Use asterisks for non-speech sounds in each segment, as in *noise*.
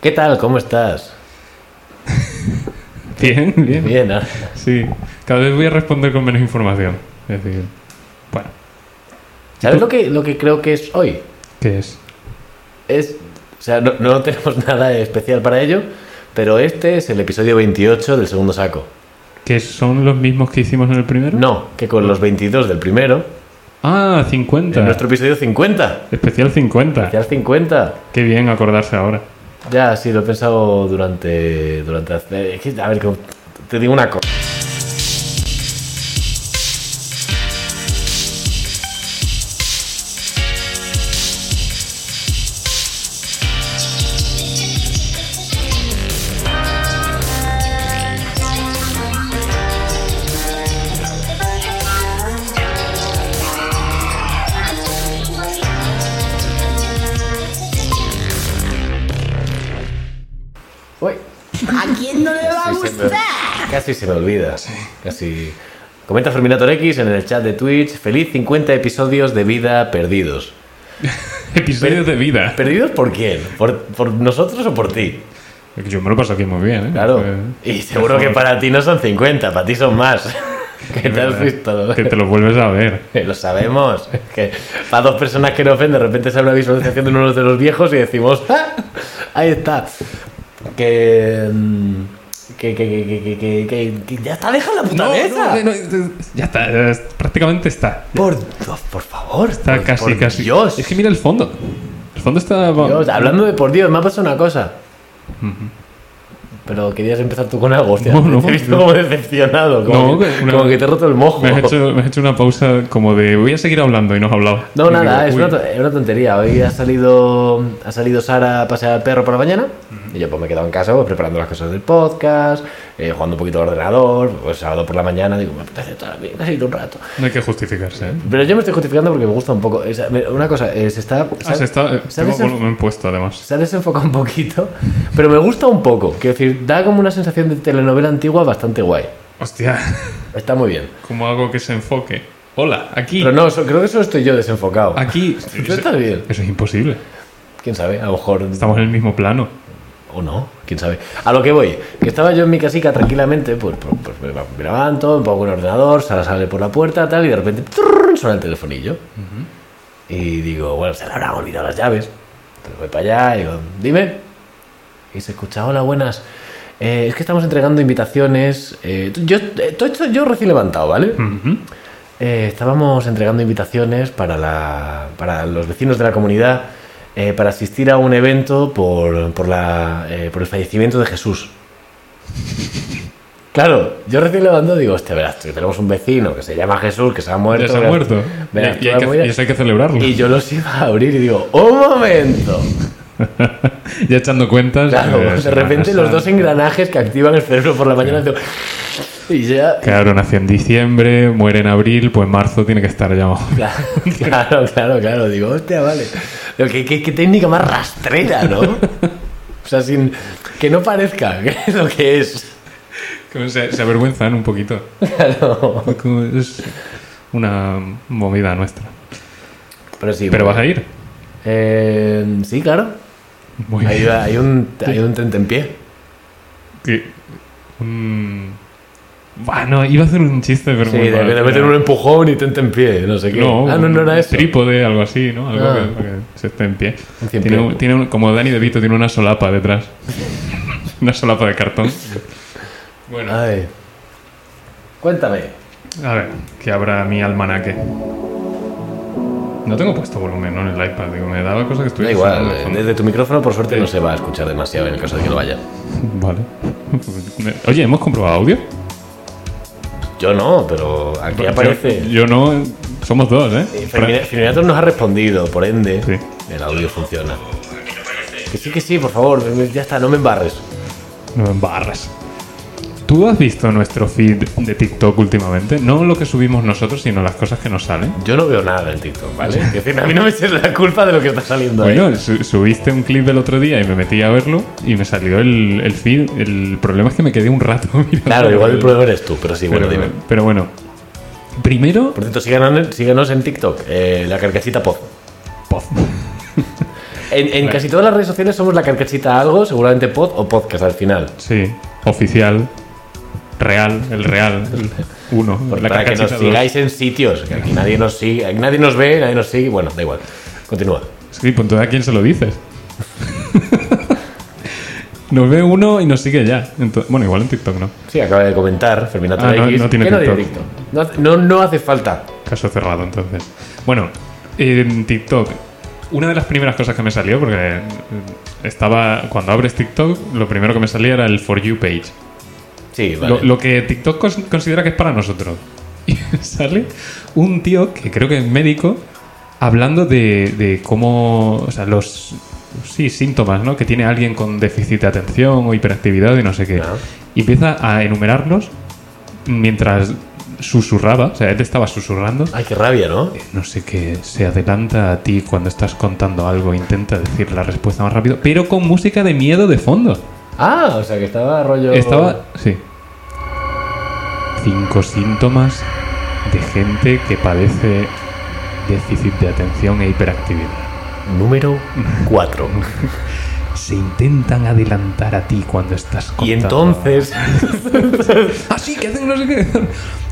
¿Qué tal? ¿Cómo estás? Bien, bien. Bien, ¿no? Sí. Cada vez voy a responder con menos información. Es decir, bueno, ¿Sabes lo que, lo que creo que es hoy? ¿qué es? Es, o sea, no, no tenemos *laughs* nada especial para ello, pero este es el episodio 28 del segundo saco. ¿Que son los mismos que hicimos en el primero? No, que con los 22 del primero, Ah, 50. en nuestro episodio 50. Especial 50. Ya 50. Qué bien acordarse ahora. Ya, sí, lo he pensado durante. durante es que, a ver, como- te digo una cosa. Uy, ¿A quién no le va a casi se me- gustar? casi se me olvida. Casi. Comenta Ferminator X en el chat de Twitch. Feliz 50 episodios de vida perdidos. Episodios de vida. ¿Perdidos por quién? ¿Por, por nosotros o por ti? Yo me lo paso aquí muy bien, ¿eh? Claro. Fue- Y seguro que para ti no son 50, para ti son *laughs* más. ¿Qué te has visto? Que te lo vuelves a ver. Lo sabemos. Que para dos personas que nos ven, de repente sale una visualización de uno de los viejos y decimos, ¡Ah! ahí está. Que, mm, que, que, que, que, que, que- que- que- ya está, deja la puta mesa. no, no, ya está, ya es- prácticamente está. Por, Dios, por favor. Está por- casi, Pues por casi. Dios. Es que mira el fondo. El fondo está. Dios, hablando de por Dios, me ha pasado una cosa. Pero querías empezar tú con algo, hostia. No, no, te *laughs* he visto no. como decepcionado, como, No, que, una- como que te he roto el mojo. *laughs* me, has hecho, me has hecho una pausa como de. Voy a seguir hablando y no has hablado. No, Y nada, digo, es uy, una, to- es una tontería. Hoy ha salido, ha salido Sara a pasear al perro por la mañana y yo pues me he quedado en casa pues, preparando las cosas del podcast, eh, jugando un poquito al ordenador, pues sábado por la mañana digo, me apetece estar bien, casi ir un rato. No hay que justificarse, ¿eh? Pero yo me estoy justificando porque me gusta un poco. O sea, me- una cosa, eh, se está... Ah, se está, eh, se ha tengo desen- volumen puesto además. se ha desenfocado un poquito, pero me gusta un poco. Quiero decir, da como una sensación de telenovela antigua bastante guay. Hostia, *laughs* Está muy bien. ¿cómo hago que se enfoque? Hola, aquí. Pero no, so- creo que solo estoy yo desenfocado. Aquí. Tú estás bien. Eso es imposible. ¿Quién sabe? A lo mejor... Estamos en el mismo plano. O no, quién sabe. A lo que voy, que estaba yo en mi casica tranquilamente, pues, pues, pues me, me levanto, me pongo el ordenador, Sara sale por la puerta, tal, y de repente trrr, suena el telefonillo. Y digo, bueno, se le habrán olvidado las llaves. Entonces voy para allá y digo, dime. Y se escucha, hola, buenas. Eh, es que estamos entregando invitaciones. eh, yo, eh, todo esto yo recién levantado, ¿vale? Ujú. Eh, estábamos entregando invitaciones para, la, para los vecinos de la comunidad eh, para asistir a un evento por, por, la, eh, por el fallecimiento de Jesús. Claro, yo recién levantado digo, hostia, verás, que tenemos un vecino que se llama Jesús, que se ha muerto. Ya se ha verás- muerto. verás Y- y, tú hay la que, movida". y eso hay que celebrarlo. Y yo los iba a abrir y digo, ¡un momento! ya echando cuentas. Claro, pues eh, de repente los dos engranajes que activan el cerebro por la mañana digo, y ya... Claro, nació en diciembre, muere en abril, pues marzo tiene que estar ya. Claro, *laughs* claro, claro, claro. Digo, hostia, vale. Digo, ¿qué, qué- qué técnica más rastrera, ¿no? O sea, sin que no parezca *laughs* que es lo que es. Como Se, se avergüenzan un poquito. Claro. Como Es una movida nuestra. Pero sí. Pero bueno. vas a ir. Eh, sí, claro. Muy Hay, bien. hay un, hay un tentempié. Que- un- Bueno, iba a hacer un chiste, pero Sí, muy de, mal, de meter claro. un empujón y tentempié, no sé qué. No, ah, no, no era eso. Trípode, algo así, ¿no? Algo Ah. que, para que se esté en pie. Un cien Tiene, pie. un- tiene un- como Danny DeVito, tiene una solapa detrás. *laughs* una solapa de cartón. Bueno, Ay. Cuéntame. a ver, que abra mi almanaque. No tengo puesto volumen ¿no? en el iPad, digo, me daba cosa Da que estuviese... igual, sonando de eh, fondo. desde tu micrófono por suerte no se va a escuchar demasiado en el caso de que no vaya. Vale. *laughs* Oye, ¿hemos comprobado audio? Yo no, pero aquí aparece. Yo, yo no... Somos dos, ¿eh? Fermina- Ferminator nos ha respondido, por ende, Sí. el audio funciona. Que sí, que sí, por favor, ya está, no me embarres. No en barras. ¿Tú has visto nuestro feed de TikTok últimamente? No lo que subimos nosotros, sino las cosas que nos salen. Yo no veo nada en TikTok, ¿vale? Es decir, a mí no me eches la culpa de lo que está saliendo ahí. Bueno, su- subiste un clip del otro día y me metí a verlo y me salió el, el feed. El problema es que me quedé un rato *laughs* mirando. Claro, igual el problema eres tú, pero sí, Pero, bueno, dime. pero bueno, primero. Por cierto, síganos, en- síganos en TikTok, eh, la carcasita pod. Pof. En, en casi todas las redes sociales somos la carcachita algo, seguramente pod o podcast al final. Sí, oficial, real, el real, *laughs* el uno. Por- Pues la para que nos carcachita dos. sigáis en sitios, que aquí nadie nos sigue, aquí nadie nos ve, nadie nos sigue, bueno, da igual. Continúa. Sí, pues entonces a quién se lo dices. nos ve uno y nos sigue ya. Ento- bueno, igual en TikTok no. Sí, acaba de comentar Fermina Ah, no- no tiene que no TikTok. TikTok. No, hace- no, no hace falta. Caso cerrado, entonces. Bueno, en TikTok. Una de las primeras cosas que me salió, porque eh, estaba. Cuando abres TikTok, lo primero que me salía era el For You page. Sí, vale. Lo, lo que TikTok cons- considera que es para nosotros. *laughs* Y sale un tío que creo que es médico hablando de, de cómo. O sea, los. Sí, síntomas, ¿no? Que tiene alguien con déficit de atención o hiperactividad y no sé qué. Ah. Y empieza a enumerarlos mientras susurraba. O sea, él estaba susurrando. Ay, qué rabia, ¿no? No sé qué se adelanta a ti cuando estás contando algo. Intenta decir la respuesta más rápido, pero con música de miedo de fondo. Ah, o sea que estaba rollo. Estaba. Sí. Cinco síntomas de gente que padece déficit de atención e hiperactividad. Número *laughs* 4. Se intentan adelantar a ti cuando estás contando. y *laughs* entonces. *laughs* Así que hacen no sé qué.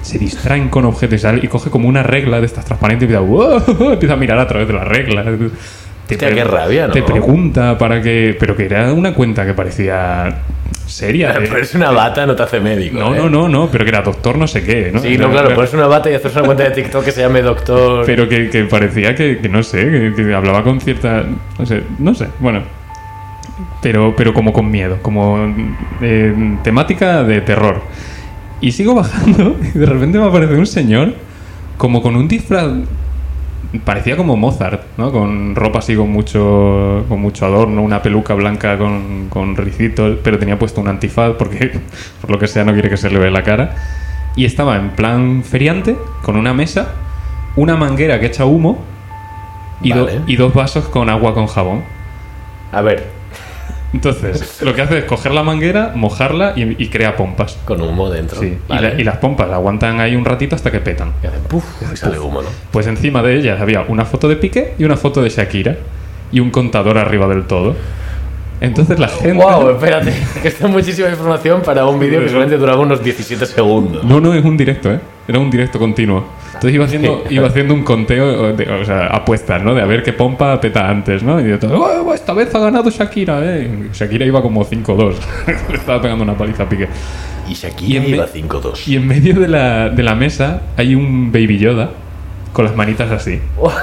Se distraen con objetos y, sale- y coge como una regla de estas transparentes y empieza, "Wow", empieza a mirar a través de la regla. Te, Hostia, qué pregun- rabia, ¿no? te pregunta para que. Pero que era una cuenta que parecía *laughs* seria. de- Ponerse una bata no te hace médico. No, ¿eh? no, no, no, pero que era doctor no sé qué, ¿no? Sí, no, claro, Era- pues era- ponerse una bata y hacerse una cuenta de TikTok que se llame Doctor. Pero que, que parecía que, que no sé, que, que hablaba con cierta. No sé, no sé, bueno. Pero, pero como con miedo, como eh, temática de terror. Y sigo bajando *laughs* y de repente me aparece un señor como con un disfraz. Parecía como Mozart, ¿no? Con ropa así con mucho, con mucho adorno, una peluca blanca con, con ricitos, pero tenía puesto un antifaz porque *laughs* por lo que sea no quiere que se le vea la cara. Y estaba en plan feriante, con una mesa, una manguera que echa humo y, do- Vale. y dos vasos con agua con jabón. A ver, *laughs* Entonces, lo que hace es coger la manguera, mojarla y, y crea pompas. con humo dentro. Sí. Y Vale. la- Y, las pompas la aguantan ahí un ratito hasta que petan. Y hacen puff, y sale humo, ¿no? Pues encima de ellas había una foto de Piqué y una foto de Shakira y un contador arriba del todo. Entonces la gente... Wow, espérate, *laughs* que está muchísima información para un vídeo que solamente duraba unos 17 segundos. No, no, es un directo, ¿eh? Era un directo continuo. Entonces iba *laughs* haciendo, iba haciendo un conteo, de- o sea, apuestas, ¿no? De a ver qué pompa peta antes, ¿no? Y de todo, "Oh, esta vez ha ganado Shakira, ¿eh? Shakira iba como 5-2. *laughs* Estaba pegando una paliza a Piqué. Y Shakira Y en iba ve- 5-2. Y en medio de la, de la mesa hay un Baby Yoda con las manitas así.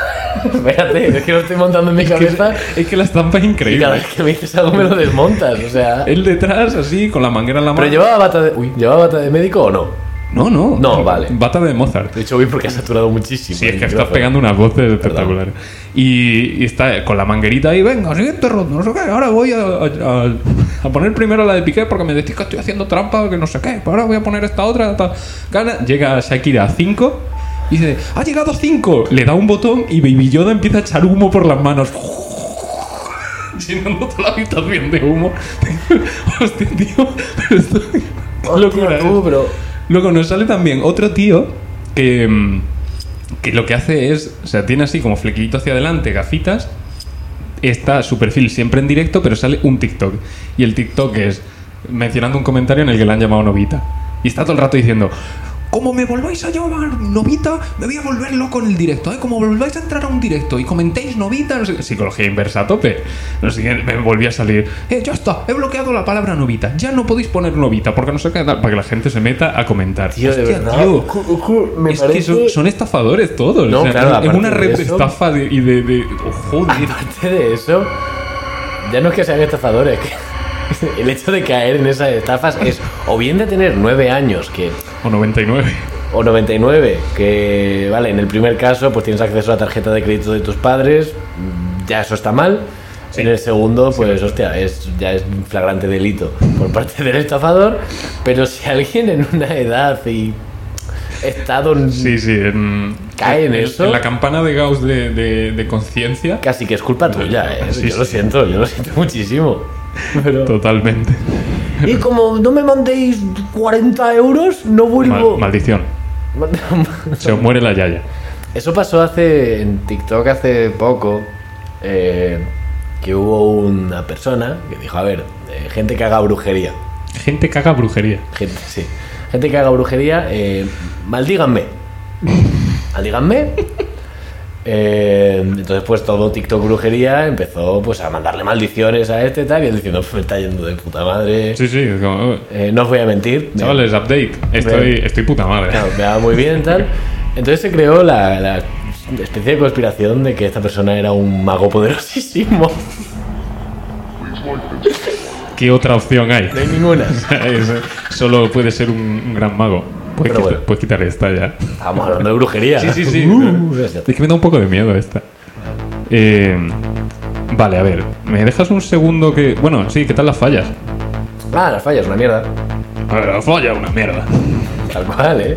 *laughs* espérate, es que lo estoy montando en mi cabeza Es que la estampa es y cada vez increíble. que me dices algo me lo desmontas, o sea... Él detrás, así, con la manguera en la mano. ¿Pero llevaba bata de, uy, ¿llevaba bata de médico o no? No, no. No, vale. Bata de Mozart. De hecho, uy, porque ha saturado muchísimo. Sí, el es que estás micrófono. pegando unas voces espectaculares. Y, y está con la manguerita ahí, venga, siguiente ronda, no sé qué, ahora voy a, a- a- a poner primero la de Piqué porque me decís que estoy haciendo trampa, que no sé qué, pero ahora voy a poner esta otra. ta". Gana, llega Shakira a 5 y dice, ha llegado 5, le da un botón y Baby Yoda empieza a echar humo por las manos. *laughs* Llenando toda la habitación de humo. *laughs* Hostia, tío, pero esto- qué Hostia, locura ¿eh? tú, es. pero... Luego nos sale también otro tío que, mm, que lo que hace es, o sea, tiene así como flequillito hacia adelante, gafitas, está su perfil siempre en directo, pero sale un TikTok. Y el TikTok es mencionando un comentario en el que le han llamado Novita. Y está todo el rato diciendo, como me volváis a llamar Novita, me voy a volver loco en el directo, ¿eh? Como volváis a entrar a un directo y comentéis Novita, no sé qué". psicología inversa a tope. No sé qué, me volví a salir, eh, ya está, he bloqueado la palabra Novita, ya no podéis poner Novita, porque no sé qué tal", para que la gente se meta a comentar. Tío, de Hostia, verdad. tío, Ujú, ujú, me es parece... que *laughs* son, son estafadores todos. No, o sea, claro, es- es aparte una de red de eso- estafa de- y de. de- oh, joder. Aparte de eso, ya no es que sean estafadores. *laughs* que el hecho de caer en esas estafas es o bien de tener 9 años que O 99. o 99, que vale, en el primer caso pues tienes acceso a la tarjeta de crédito de tus padres, mm, ya eso está mal. En el segundo, pues hostia, es, ya es un flagrante delito por parte del estafador, pero si alguien en una edad y estado Sí, sí. En, Cae en eso. la campana de Gauss de, de- de conciencia. casi que es culpa tuya, ¿eh? Sí, yo lo sí. siento, yo lo siento muchísimo. Pero... Totalmente. Y como no me mandéis 40 euros, no vuelvo. Mal- maldición. *laughs* Se os muere la yaya. Eso pasó hace en TikTok hace poco. eh, que hubo una persona que dijo, a ver, eh, gente que haga brujería. Gente que haga brujería. Gente, sí. Gente que haga brujería, eh, maldíganme. Maldíganme. *laughs* Eh, entonces, pues todo TikTok brujería empezó pues a mandarle maldiciones a este tal y él diciendo, me está yendo de puta madre. Sí, sí, es como, "Oh, Eh, no os voy a mentir. me- chavales, update. Estoy, Bien. estoy puta madre. Claro, me va muy bien tal. Entonces se creó la, la especie de conspiración de que esta persona era un mago poderosísimo. ¿Qué otra opción hay? No hay ninguna. *laughs* Es- Solo puede ser un, un gran mago. Puedes, Pero quita- bueno. puedes quitar esta ya. Estamos hablando de brujería. Sí, sí, sí. Uh, ya está. Es que me da un poco de miedo esta. Eh, vale, a ver. ¿Me dejas un segundo que.? Bueno, sí, ¿qué tal las fallas? ah, las fallas, una mierda. A ver, las fallas, una mierda. Tal cual, ¿eh?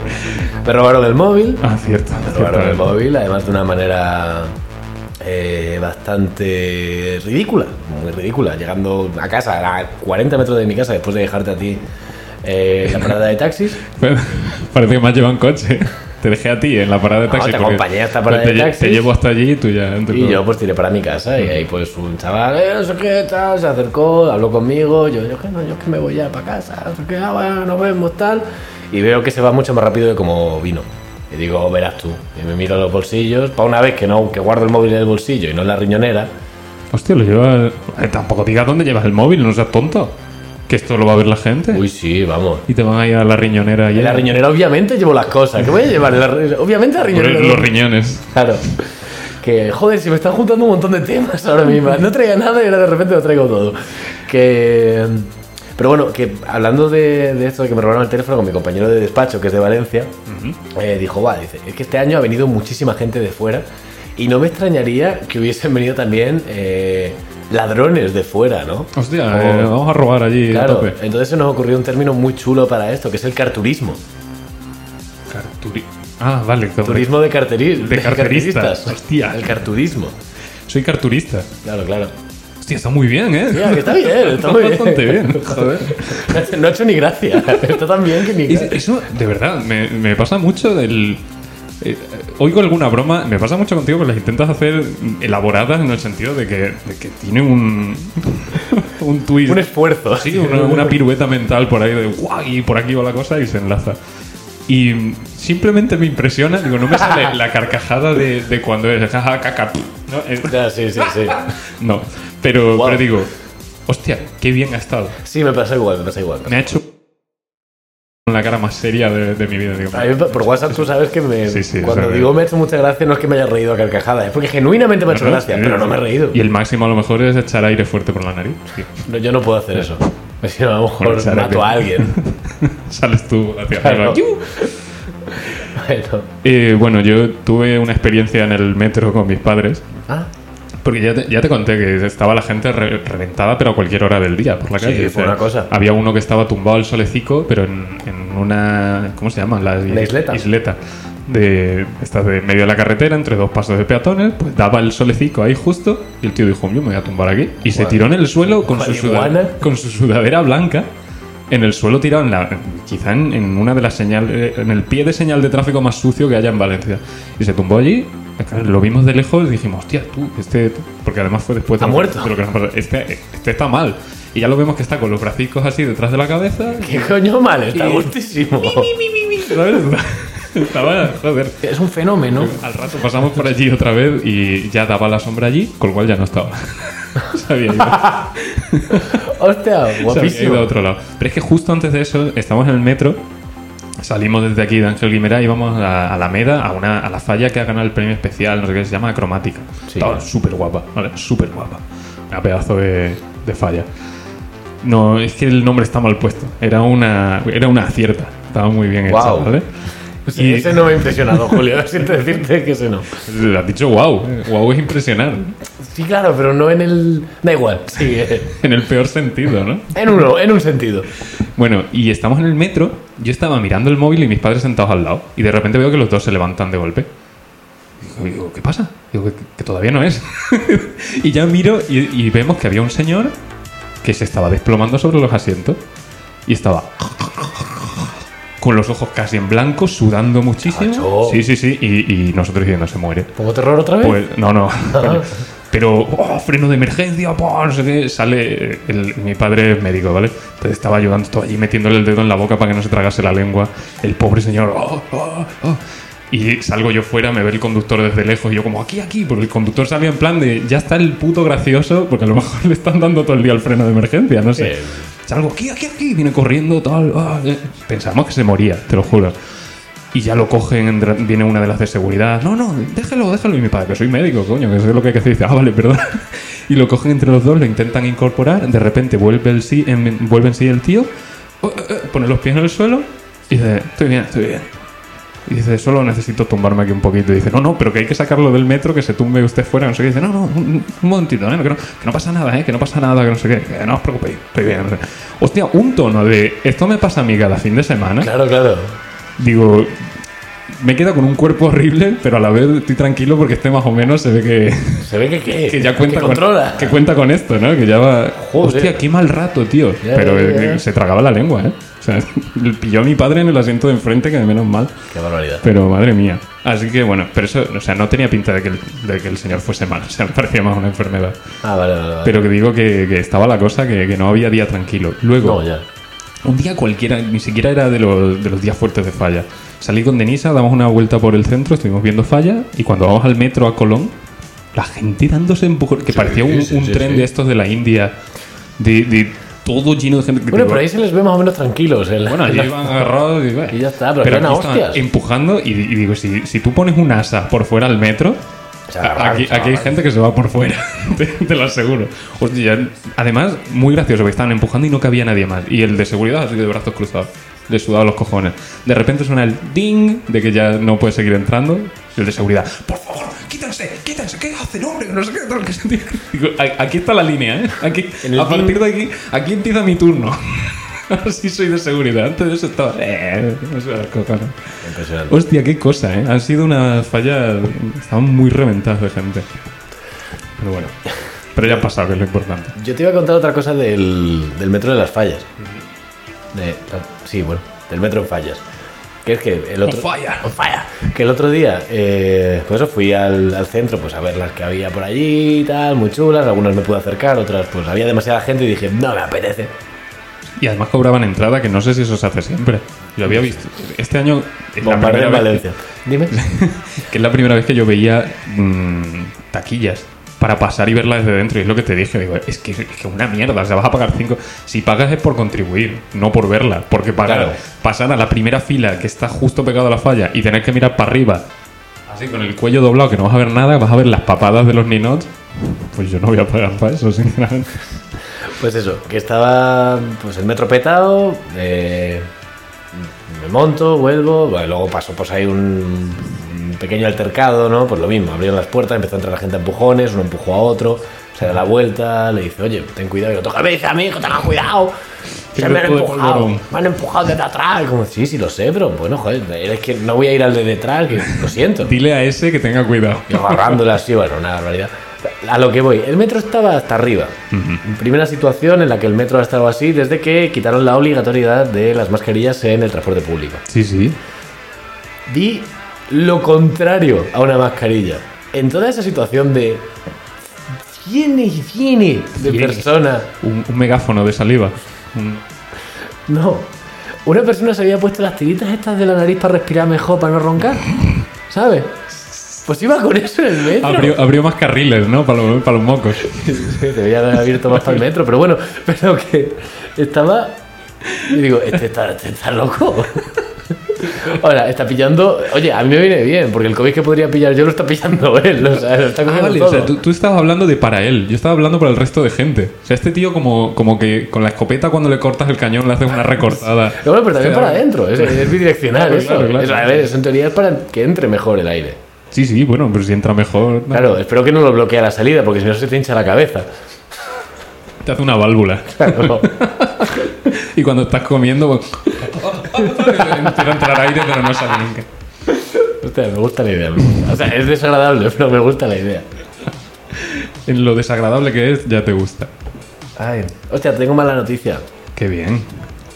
Me robaron el móvil. Ah, cierto. Me cierto. robaron el móvil, además de una manera eh, bastante ridícula. Muy ridícula. Llegando a casa, a 40 metros de mi casa, después de dejarte a ti eh, en la parada de taxis. *laughs* Parece que me has llevado en coche. Te dejé a ti en la parada de No, taxi. te porque- acompañé hasta la parada te, de lle- taxis. Te llevo hasta allí y tú ya. en tu- Y yo pues tiré para mi casa y ahí pues un chaval, eh, no sé qué tal, se acercó, habló conmigo, yo, yo que no, yo que me voy ya para casa, no sé qué, ah, bueno, nos vemos tal. Y veo que se va mucho más rápido de como vino. Y digo, verás tú. Y me miro los bolsillos, para una vez que no, que guardo el móvil en el bolsillo y no en la riñonera, Hostia, lo llevas. Eh, tampoco digas dónde llevas el móvil, no seas tonto. Que esto lo va a ver la gente. uy sí, vamos. Y te van a ir a la riñonera. y En la riñonera obviamente llevo las cosas, ¿qué voy a llevar? en la ri- obviamente la riñonera. Los riñones. Claro. Que, joder, se me están juntando un montón de temas ahora mismo. No traía nada y ahora de repente lo traigo todo. Que. Pero bueno, que hablando de, de esto de que me robaron el teléfono con mi compañero de despacho, que es de Valencia, eh, dijo, va, dice, es que este año ha venido muchísima gente de fuera y no me extrañaría que hubiesen venido también eh, ladrones de fuera, ¿no? Hostia, O- eh, vamos a robar allí. a claro, Eh. tope. entonces se nos ocurrió un término muy chulo para esto, que es el carturismo. Carturi- Ah, vale. correcto. Turismo de, carteri- De carteristas, hostia. El carturismo. Soy carturista. Claro, claro. Hostia, está muy bien, ¿eh? Mira, que está *laughs* bien, está muy bien. bastante *laughs* bien. Joder. No ha hecho ni gracia. Está tan bien que ni *laughs* Es- gracia. Eso, de verdad, me, me pasa mucho del... eh, oigo alguna broma, me pasa mucho contigo que las intentas hacer elaboradas en el sentido de que, de que tiene un... *laughs* un twist. Un esfuerzo. Sí, una, una pirueta mental por ahí de guay, y por aquí va la cosa y se enlaza. Y mm, simplemente me impresiona, digo, no me sale *laughs* la carcajada de, de cuando es jaja, caca. pf, No, Es- *laughs* Ya, sí, sí, sí. no. Pero, Wow. pero digo, hostia, qué bien ha estado. Sí, me pasa igual, me pasa igual. Me ha hecho con la cara más seria de, de mi vida. Digo, A mí, por WhatsApp tú sabes que me, Sí, sí, cuando sabe. digo me ha hecho mucha gracia no es que me haya reído a carcajadas, es porque genuinamente me ha hecho ¿no? gracia, Sí. pero no me he reído. Y el máximo a lo mejor es echar aire fuerte por la nariz. sí. No, yo no puedo hacer eso. Si no, a lo Bueno, mejor sabe mato que- a alguien. *laughs* *laughs* Sales tú hacia Claro. arriba. ¡Yu! Bueno. Eh, bueno, yo tuve una experiencia en el metro con mis padres. Ah, Porque ya te, ya te conté que estaba la gente re- reventada, pero a cualquier hora del día por la Sí, calle. fue una cosa. Había uno que estaba tumbado al solecico, pero en, en una. ¿Cómo se llama? La, Una isleta. De, estás de medio de la carretera, entre dos pasos de peatones, pues daba el solecico ahí justo, y el tío dijo: Yo me voy a tumbar aquí. Y se Guau. tiró en el suelo con su, Marihuana. sudadera, con su sudadera blanca. En el suelo tirado, en la, quizá en, en una de las señales, en el pie de señal de tráfico más sucio que haya en Valencia. Y se tumbó allí, Eh, claro, lo vimos de lejos y dijimos, hostia, tú, este, porque además fue después de, Ha lo- muerto. de lo que nos pasó. Este, este está mal. Y ya lo vemos que está con los bracicos así detrás de la cabeza. qué coño mal, está Y- gustísimo. ¿Sabes? *laughs* Estaba, joder. Es un fenómeno. Al rato pasamos por allí otra vez y ya daba la sombra allí, con lo cual ya no estaba. *laughs* Se había ido. Hostia, Se había ido a guapísimo. otro lado. Pero es que justo antes de eso, estamos en el metro, salimos desde aquí de Ángel Guimerá y vamos a a Alameda, a, una, a la falla que ha ganado el premio especial, no sé qué, se llama Cromática. Sí. Estaba súper guapa, ¿vale? Súper guapa. Una pedazo de, de falla. No, es que el nombre está mal puesto. Era una, era una acierta. Estaba muy bien hecha, Guau. ¿vale? Sí, Y- Ese no me ha impresionado, Julio. *laughs* Siento decirte que ese no. Lo has dicho wow. Wow es impresionar. Sí, claro, pero no en el. Da igual, sigue. En el peor sentido, ¿no? En uno, en un sentido. Bueno, y estamos en el metro, yo estaba mirando el móvil y mis padres sentados al lado, y de repente veo que los dos se levantan de golpe. Digo, digo, ¿qué pasa? Digo, que, que todavía no es. *laughs* y ya miro y, y vemos que había un señor que se estaba desplomando sobre los asientos y estaba con los ojos casi en blanco, sudando muchísimo. Chacho. Sí, sí, sí, y, y nosotros diciendo, se muere. ¿Pongo terror otra vez? Pues, no, no. coño. Pues, *laughs* Pero, oh, freno de emergencia, po, no sé qué. Sale el- mi padre es médico, ¿vale? Entonces estaba ayudando, todo allí metiéndole el dedo en la boca para que no se tragase la lengua. El pobre señor, oh, oh, oh. Y salgo yo fuera, me ve el conductor desde lejos y yo como aquí, aquí, porque el conductor salía en plan de ya está el puto gracioso, porque a lo mejor *laughs* le están dando todo el día el freno de emergencia, no sé. Eh. Salgo aquí, aquí, aquí, viene corriendo, tal. ah, eh. Pensamos que se moría, te lo juro. Y ya lo cogen, entra- viene una de las de seguridad. No, no, déjalo, déjalo. Y mi padre, que soy médico, coño, que sé lo que hay que hacer. Dice, ah, vale, perdón. *laughs* Y lo cogen entre los dos, lo intentan incorporar. De repente vuelve, el sí, en, vuelve en sí el tío, oh, eh, eh, pone los pies en el suelo y dice, estoy bien, estoy bien. Y dice, solo necesito tumbarme aquí un poquito. Y dice, no, no, pero que hay que sacarlo del metro, que se tumbe usted fuera, no sé qué. Y dice, no, no, un, un momentito, ¿eh? que, no, que no pasa nada, ¿eh? que no pasa nada, que no sé qué. Que no os preocupéis, estoy bien. no sé. Hostia, un tono de, esto me pasa a mí cada fin de semana. Claro, claro. Digo, me quedo con un cuerpo horrible, pero a la vez estoy tranquilo porque este más o menos se ve que, Se ve que, ¿qué? que ya cuenta, Que con, controla. que cuenta con esto, ¿no? Que ya va... Joder. Hostia, qué mal rato, tío. Ya, pero ya, ya. eh, se tragaba la lengua, ¿eh? O sea, *laughs* pilló a mi padre en el asiento de enfrente, que menos mal. Qué barbaridad. Pero madre mía. Así que bueno, pero eso, o sea, no tenía pinta de que el, de que el señor fuese mal. *laughs* O sea, me parecía más una enfermedad. Ah, vale, vale. vale. Pero que digo que, que estaba la cosa, que, que no había día tranquilo. Luego, No, ya. un día cualquiera, ni siquiera era de los, de los días fuertes de falla. Salí con Denisa, damos una vuelta por el centro, estuvimos viendo falla y cuando vamos al metro a Colón, la gente dándose empujón, que Sí, parecía un, sí, un sí, tren sí. de estos de la India, de, de todo lleno de gente. que Bueno, digo, por ahí se les ve más o menos tranquilos. eh. en la- bueno, *laughs* allí iban agarrados y, bueno. Y ya está, pero eran aquí a estaban hostias. empujando y, y digo, si, si tú pones un asa por fuera al metro, Se va a acabar, aquí, se va a aquí hay acabar. gente que se va por fuera, *laughs* te, te lo aseguro. Hostia, además, muy gracioso, porque estaban empujando y no cabía nadie más. Y el de seguridad así de brazos cruzados, le sudaba los cojones. De repente suena el ding de que ya no puede seguir entrando. Y el de seguridad, por favor, quítense, quítense, ¿qué hacen, hombre? No sé qué, tal, que se- *laughs* Digo, "A- aquí está la línea, ¿eh? Aquí, En el a ding. partir de aquí, aquí empieza mi turno. *laughs* Ahora sí soy de seguridad. Antes de eso estaba. "Eh, me suda los cojones". Impresionante. Hostia, qué cosa, ¿eh? Han sido una falla. Estaban muy reventadas de gente. Pero bueno. Pero ya ha pasado, que es lo importante. Yo te iba a contar otra cosa del, del metro de las fallas. De- ah, sí, bueno, del metro en fallas. Que es que el otro. On fire. On fire. Que el otro día, eh, pues eso, fui al, al centro pues a ver las que había por allí y tal, muy chulas. Algunas me pude acercar, otras pues había demasiada gente y dije, no me apetece. Y además cobraban entrada, que no sé si eso se hace siempre. Yo había visto. Este año. es la Bombardeo primera en vez- Valencia. Dime. *laughs* que es la primera vez que yo veía mm, taquillas para pasar y verla desde dentro. Y es lo que te dije. Digo, es que es que una mierda. O sea, vas a pagar cinco. Si pagas es por contribuir, no por verla. Porque pagar, Claro. pasar a la primera fila que está justo pegado a la falla y tener que mirar para arriba, así con el cuello doblado, que no vas a ver nada, vas a ver las papadas de los ninots. Pues yo no voy a pagar para eso, *laughs* sinceramente. Pues eso, que estaba pues el metro petado, eh, me monto, vuelvo, bueno, luego pasó pues hay un, un pequeño altercado, ¿no? Pues lo mismo, abrieron las puertas, empezó a entrar la gente a empujones, uno empujó a otro, se da la vuelta, le dice, oye, ten cuidado, y otro, cabeza, amigo, ten cuidado, se Qué me han grupo de empujado, polvorón. me han empujado desde atrás, y como, sí, sí, lo sé, pero bueno, joder, es que no voy a ir al de detrás, que lo siento. Dile a ese que tenga cuidado. Y agarrándola así, bueno, una barbaridad. A lo que voy, el metro estaba hasta arriba. Primera situación en la que el metro ha estado así desde que quitaron la obligatoriedad de las mascarillas en el transporte público. Sí, sí. Di lo contrario a una mascarilla. En toda esa situación de cienes y cienes de Cienes. personas. Un, un megáfono de saliva. Un- No. Una persona se había puesto las tiritas estas de la nariz para respirar mejor, para no roncar. ¿Sabes? Pues iba con eso en el metro. abrió, abrió más carriles, ¿no? Para los, para los mocos. Sí, Debería haber abierto más para el metro, pero bueno, *laughs* pero que estaba. Y digo, este está, este está loco. Ahora, está pillando. Oye, a mí me viene bien, porque el COVID que podría pillar yo lo está pillando *laughs* él. O sea, lo está Ah, cogiendo vale, todo. o sea, tú, tú estabas hablando de para él, yo estaba hablando para el resto de gente. O sea, este tío como, como que con la escopeta cuando le cortas el cañón le haces una recortada. No, bueno, pero también Claro. para adentro, es, es bidireccional. Claro, eso. claro, claro. Eso, a ver, eso en teoría es para que entre mejor el aire. Sí, sí, bueno, pero si entra mejor, Claro, espero que no lo bloquee a la salida, porque si no se te hincha la cabeza. te hace una válvula. Claro. Y cuando estás comiendo, pues, empieza a entrar aire, pero no sale nunca. *laughs* Hostia, me gusta la idea. me gusta. O sea, es desagradable, pero me gusta la idea. En lo desagradable que es, ya te gusta. Ay. Hostia, tengo mala noticia. Qué bien.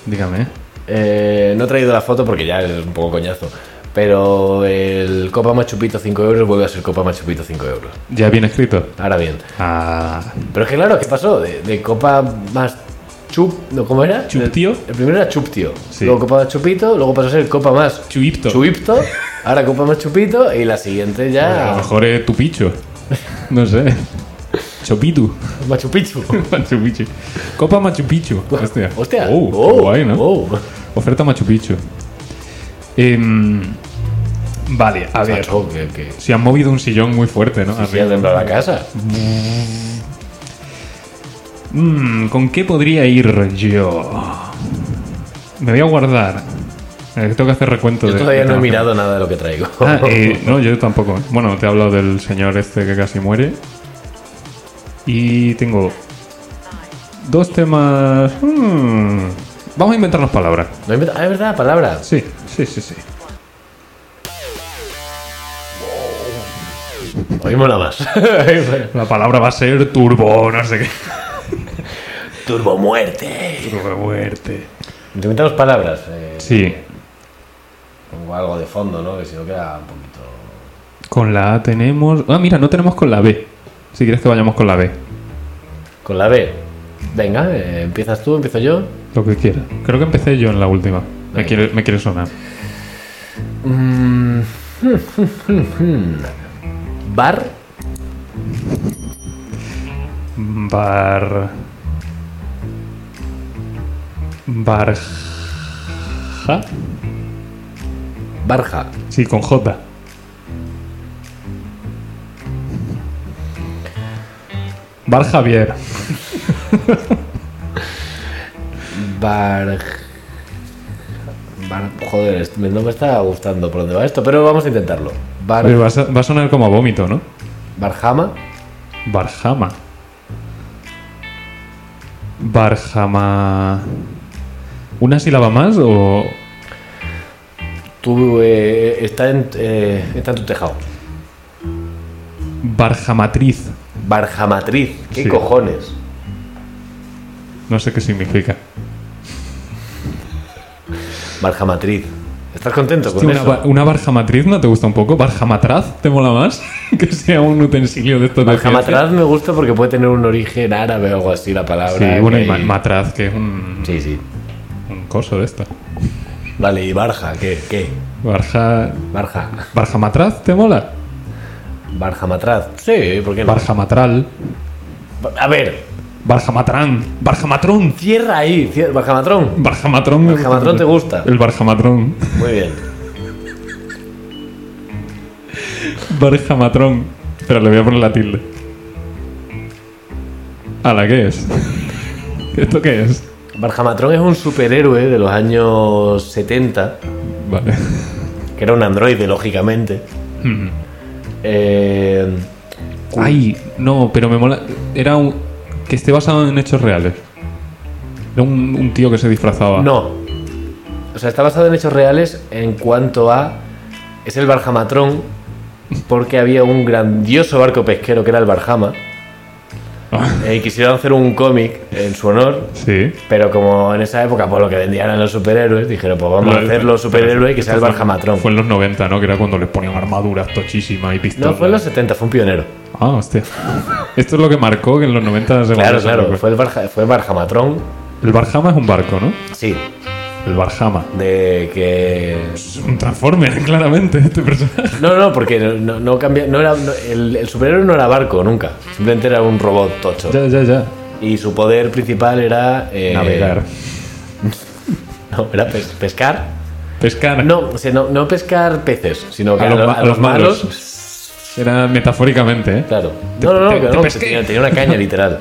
Dígame. Eh, no he traído la foto porque ya es un poco coñazo. Pero el Copa Machupito 5 euros vuelve a ser Copa Machupito 5 euros. Ya bien escrito. Ahora bien. Ah, Pero es que claro, ¿qué pasó? De, de Copa más Chup, ¿no? ¿cómo era? Chuptío. El, el primero era Chuptio. Sí. Luego Copa más Chupito, luego pasó a ser Copa más chuipto. Chuipto, ahora Copa más Chupito y la siguiente A lo ya mejor es tu picho. No *laughs* sé. Chopitu. Machu Picchu. Machu Picchu. Copa Machu Picchu. Hostia. Hostia. Oh, qué Oh, guay, ¿no? oh. Oferta Machu Picchu. Em, vale, a O sea, ver. cho, que, que- Se han movido un sillón muy fuerte, ¿no? que ha temblado la casa. Mm, ¿Con qué podría ir yo? Me voy a guardar. Eh, tengo que hacer recuento Yo de- todavía de no he trabajo. mirado nada de lo que traigo. Ah, eh, no, yo tampoco. Bueno, te he hablado del señor este que casi muere. Y tengo dos temas. Mm, Vamos a inventarnos palabras. *laughs* No he inventado- ah, es verdad, palabras. Sí, sí, sí, sí. Hoy mola más. *laughs* La palabra va a ser turbo, no sé qué. Turbo muerte. Turbo muerte. Inventamos palabras. eh, Sí. Pongo algo de fondo, ¿no? Que si no queda un poquito. Con la A tenemos. Ah, mira, no tenemos con la B. Si quieres que vayamos con la B. Con la B. Venga, eh, empiezas tú, empiezo yo. Lo que quieras. Creo que empecé yo en la última. Me Venga. quiere, me quiere sonar. Bar. Bar. Barja. Barja. Sí, con J. Bar Javier. Bar. Bar. Joder, est- no me está gustando por dónde va esto, pero vamos a intentarlo. Bar. Oye, Va a, sa- va a sonar como a vómito, ¿no? Barjama. Barjama. Barjama. ¿Una sílaba más o Tú, eh, está, en, eh, está en tu tejado. barjamatriz? Barjamatriz. ¿Qué Sí. cojones? No sé qué significa. Barjamatriz. ¿Estás contento Sí, con una, eso? ba- una barjamatriz no te gusta un poco. ¿Barjamatraz te mola más? *laughs* que sea un utensilio de estos de ciencia. Barjamatraz me gusta porque puede tener un origen árabe o algo así la palabra. Sí, bueno, y que- ma- matraz, que es un, Sí, sí. un coso de esto. Vale, y Barja, ¿qué? ¿Qué? Barja. Barja. ¿Barjamatraz te mola? Barjamatraz. Sí, ¿por qué no? Barjamatral. A ver, Barjamatrán. Barjamatrón. cierra ahí. cier- Barjamatrón. Barjamatrón. me gusta Barjamatrón te mucho. gusta. El barjamatrón. Muy bien. Barjamatrón. Pero le voy a poner la tilde. ¿A la qué es? *laughs* ¿Esto qué es? Barjamatrón es un superhéroe de los años 70, Vale. que era un androide, lógicamente. Eh, Ay, no, pero me mola. Era un. que esté basado en hechos reales. Era un, un tío que se disfrazaba. *laughs* no. O sea, está basado en hechos reales en cuanto a... Es el Barjamatrón porque había un grandioso barco pesquero que era el Barjama. eh, y quisieron hacer un cómic en su honor. Ah, Sí. Pero como en esa época, por lo que vendían eran los superhéroes, dijeron, pues vamos a hacer los superhéroes que sea el Fue- Barjamatrón. Fue en los 90, ¿no? Que era cuando les ponían armaduras tochísimas y pistolas. No, fue en los 70, fue un pionero. Ah, hostia. Esto es lo que marcó que en los 90 se Claro, volvió a claro, hacer- fue el, Barja- fue el Barjamatrón, El Barjama es un barco, ¿no? sí, El Barjama. de que... Es un transformer, *laughs* claramente, este personaje. No, no, porque no, no cambia, no era, no- el, el superhéroe no era barco nunca, simplemente era un robot tocho. Ya, ya, ya. Y su poder principal era... eh, Navegar. *laughs* No, era pes- pescar. Pescar. No, o sea, no, no pescar peces, sino que A a, los lo- ma- a los malos... Era metafóricamente, ¿eh? Claro. No, no, no, te- que te no, que pesqué. tenía, tenía una *laughs* caña literal.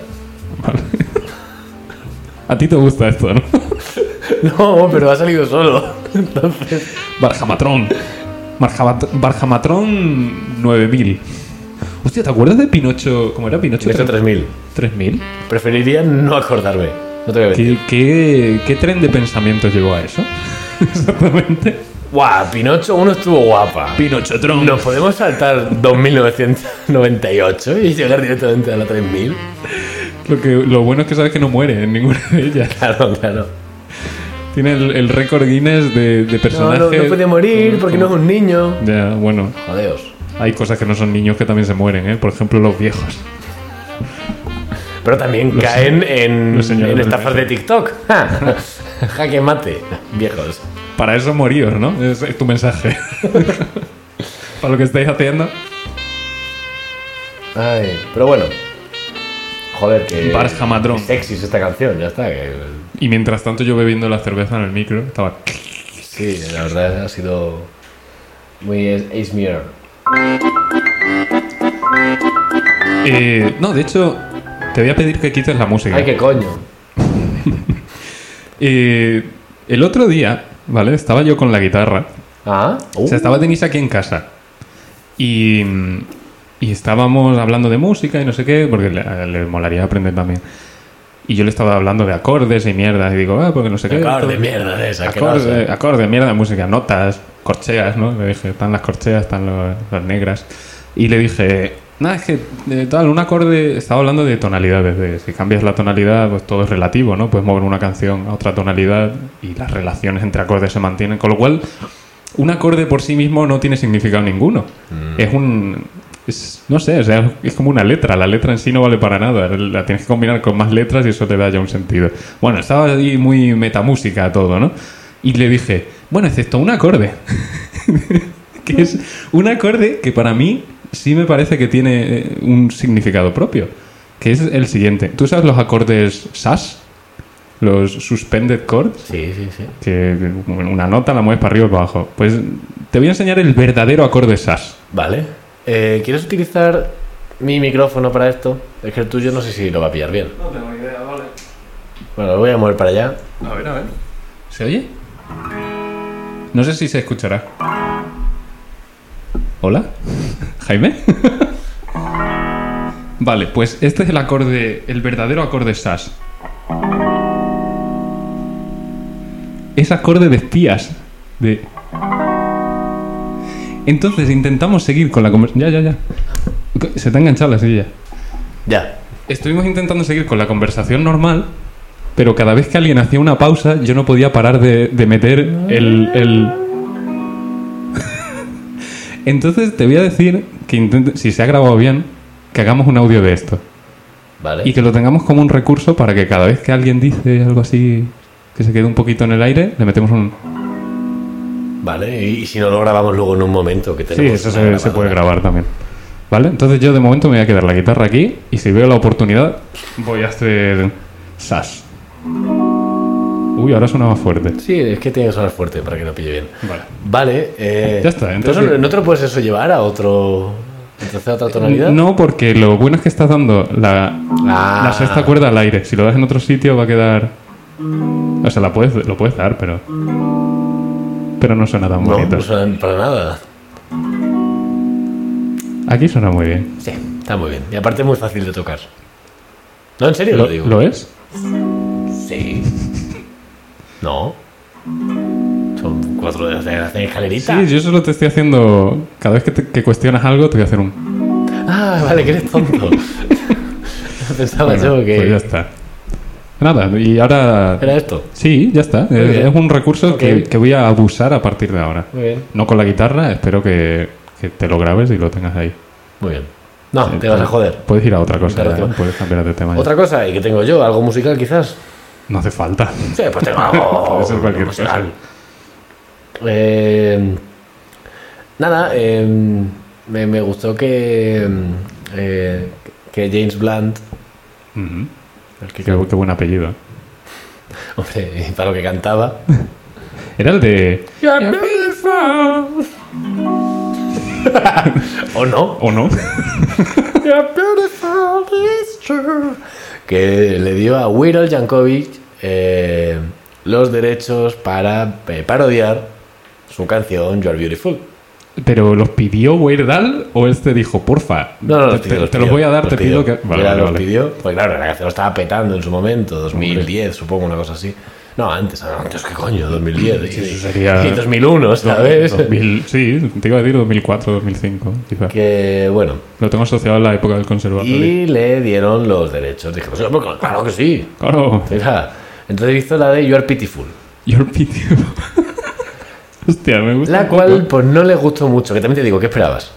A ti te gusta esto, *laughs* ¿no? No, pero ha salido *laughs* solo. Entonces... Barjamatrón. Marjabat- Barjamatrón 9000. Hostia, ¿te acuerdas de Pinocho? ¿Cómo era Pinocho? Pinocho 3000. 3000. Preferiría no acordarme. No te voy a mentir. ¿Qué, qué, qué tren de pensamientos llevó a eso? *laughs* Exactamente. Guau, Pinocho 1 estuvo guapa. Pinochotron. Nos podemos saltar 2998 y llegar directamente a la 3000. Lo, que, lo bueno es que sabes que no muere en ninguna de ellas. Claro, claro. Tiene el, el récord Guinness de, de No, personaje. no, no puede morir como- porque no es un niño. Ya, bueno, Jodeos. hay cosas que no son niños que también se mueren, ¿eh? Por ejemplo, los viejos. Pero también caen en, los señores en del estafas de metro. TikTok. *laughs* Ja. Jaque mate, viejos. Para eso moríos, ¿no? Es, es tu mensaje. *laughs* Para lo que estáis haciendo. Ay, pero bueno. Joder, que. Bars Hamadrón. que Sexy es esta canción, ya está. que- Y mientras tanto yo bebiendo la cerveza en el micro, estaba... sí, la verdad ha sido. Muy Ace Mirror. Eh, no, de hecho, te voy a pedir que quites la música. Ay, qué coño. Eh, el otro día, ¿vale? Estaba yo con la guitarra. Ah, uh, O sea, estaba Denise aquí en casa. Y, y estábamos hablando de música y no sé qué, porque le, le molaría aprender también. Y yo le estaba hablando de acordes y mierdas. Y digo, ah, porque no sé qué. Acorde, mierda de esa, que no Acorde, sé. acorde, mierda de música, notas, corcheas, ¿no? Le dije, están las corcheas, están lo- las negras. Y le dije, nada, es que eh, tal, un acorde, estaba hablando de tonalidades, de si cambias la tonalidad, pues todo es relativo, ¿no? Puedes mover una canción a otra tonalidad y las relaciones entre acordes se mantienen, con lo cual un acorde por sí mismo no tiene significado ninguno. Es un... es- no sé, o sea, es como una letra. La letra en sí no vale para nada. La tienes que combinar con más letras y eso te da ya un sentido. Bueno, estaba ahí muy metamúsica todo, ¿no? Y le dije, bueno, excepto un acorde. *laughs* que es un acorde que para mí sí me parece que tiene eh, un significado propio. Que es el siguiente. ¿Tú sabes los acordes SAS? Los suspended chords Sí, sí, sí. que una nota la mueves para arriba o para abajo. Pues te voy a enseñar el verdadero acorde SAS. Vale. Eh, ¿Quieres utilizar mi micrófono para esto? Es que el tuyo no sé si lo va a pillar bien. No tengo idea, vale. Bueno, lo voy a mover para allá. A ver, a ver. ¿Se oye? No sé si se escuchará. ¿Hola? *laughs* ¿Jaime? *laughs* vale, pues este es el acorde, el verdadero acorde SAS. Es acorde de espías. De... Entonces intentamos seguir con la conversación. Ya, ya, ya. Se te ha enganchado la silla. Ya. Estuvimos intentando seguir con la conversación normal, pero cada vez que alguien hacía una pausa, yo no podía parar de, de meter el. el- *laughs* Entonces te voy a decir que intente, si se ha grabado bien, que hagamos un audio de esto. Vale. Y que lo tengamos como un recurso para que cada vez que alguien dice algo así que se quede un poquito en el aire, le metemos un. Vale, y, y si no lo grabamos luego en un momento que Sí, tenemos. eso una se, se grabadora. puede grabar también. ¿Vale? Entonces yo de momento me voy a quedar la guitarra aquí y si veo la oportunidad voy a hacer sas. Uy, ahora suena más fuerte. Sí, es que tiene que sonar fuerte para que lo pille bien. Vale. Vale, eh, Ya está, pero entonces- Eh, eso no- ¿No te lo puedes eso llevar a otro. Entonces a otra tonalidad? No, porque lo bueno es que estás dando la, Ah. la sexta cuerda al aire. Si lo das en otro sitio va a quedar... O sea, la puedes, lo puedes dar, pero... Pero no suena tan No, bonito. no suena para nada. Aquí suena muy bien. Sí, está muy bien. Y aparte es muy fácil de tocar. No, en serio lo, ¿Lo, digo. lo es? Sí. No. Son cuatro de las escaleritas. Sí, yo solo te estoy haciendo... Cada vez que, te- que cuestionas algo te voy a hacer un... Ah, vale, que eres *laughs* tonto. *laughs* Pensaba Bueno, yo que. Pues ya está. Nada, y ahora. Era esto. Sí, ya está. Es, bien. es un recurso que- Ok. que, voy a abusar a partir de ahora. Muy bien. No con la guitarra, espero que, que te lo grabes y lo tengas ahí. Muy bien. No, te vas a joder. Puedes ir a otra cosa, Guitarra ya, te va- ¿no? puedes cambiar de tema. ya. Otra cosa, y que tengo yo, algo musical quizás. No hace falta. Sí, pues tengo algo. *laughs* Puede ser cualquier musical. cosa. Eh, nada, eh, me, me gustó que, eh, que James Blunt, Ujú. el que, Qué, qué buen apellido. *laughs* hombre, y para lo que cantaba, Era el de. o no, *laughs* ¿O no? que le dio a Weird Al Yankovic eh, los derechos para eh, parodiar su canción You Are Beautiful. ¿Pero los pidió Weird Al o este dijo, porfa? No, no, los te, pidió, te- los te los pidió, voy a dar, los te pidió. pido que. Vale, Ya vale, los vale. pidió. Pues claro, la canción lo estaba petando en su momento, 2010, supongo, una cosa así. No, antes, antes, ¿qué coño? 2010. Y, eso sería- y 2001, ¿sabes? 2000, sí, te iba a decir 2004, 2005, quizá. Que bueno. Lo tengo asociado a la época del conservatorio. Y le dieron los derechos. Dijeron, "Sí, pues claro que sí. Claro, Mira, entonces hizo la de You Are Pitiful. Your PTO. *laughs* Hostia, me gusta. La un poco. cual, pues no le gustó mucho. Que también te digo, ¿qué esperabas?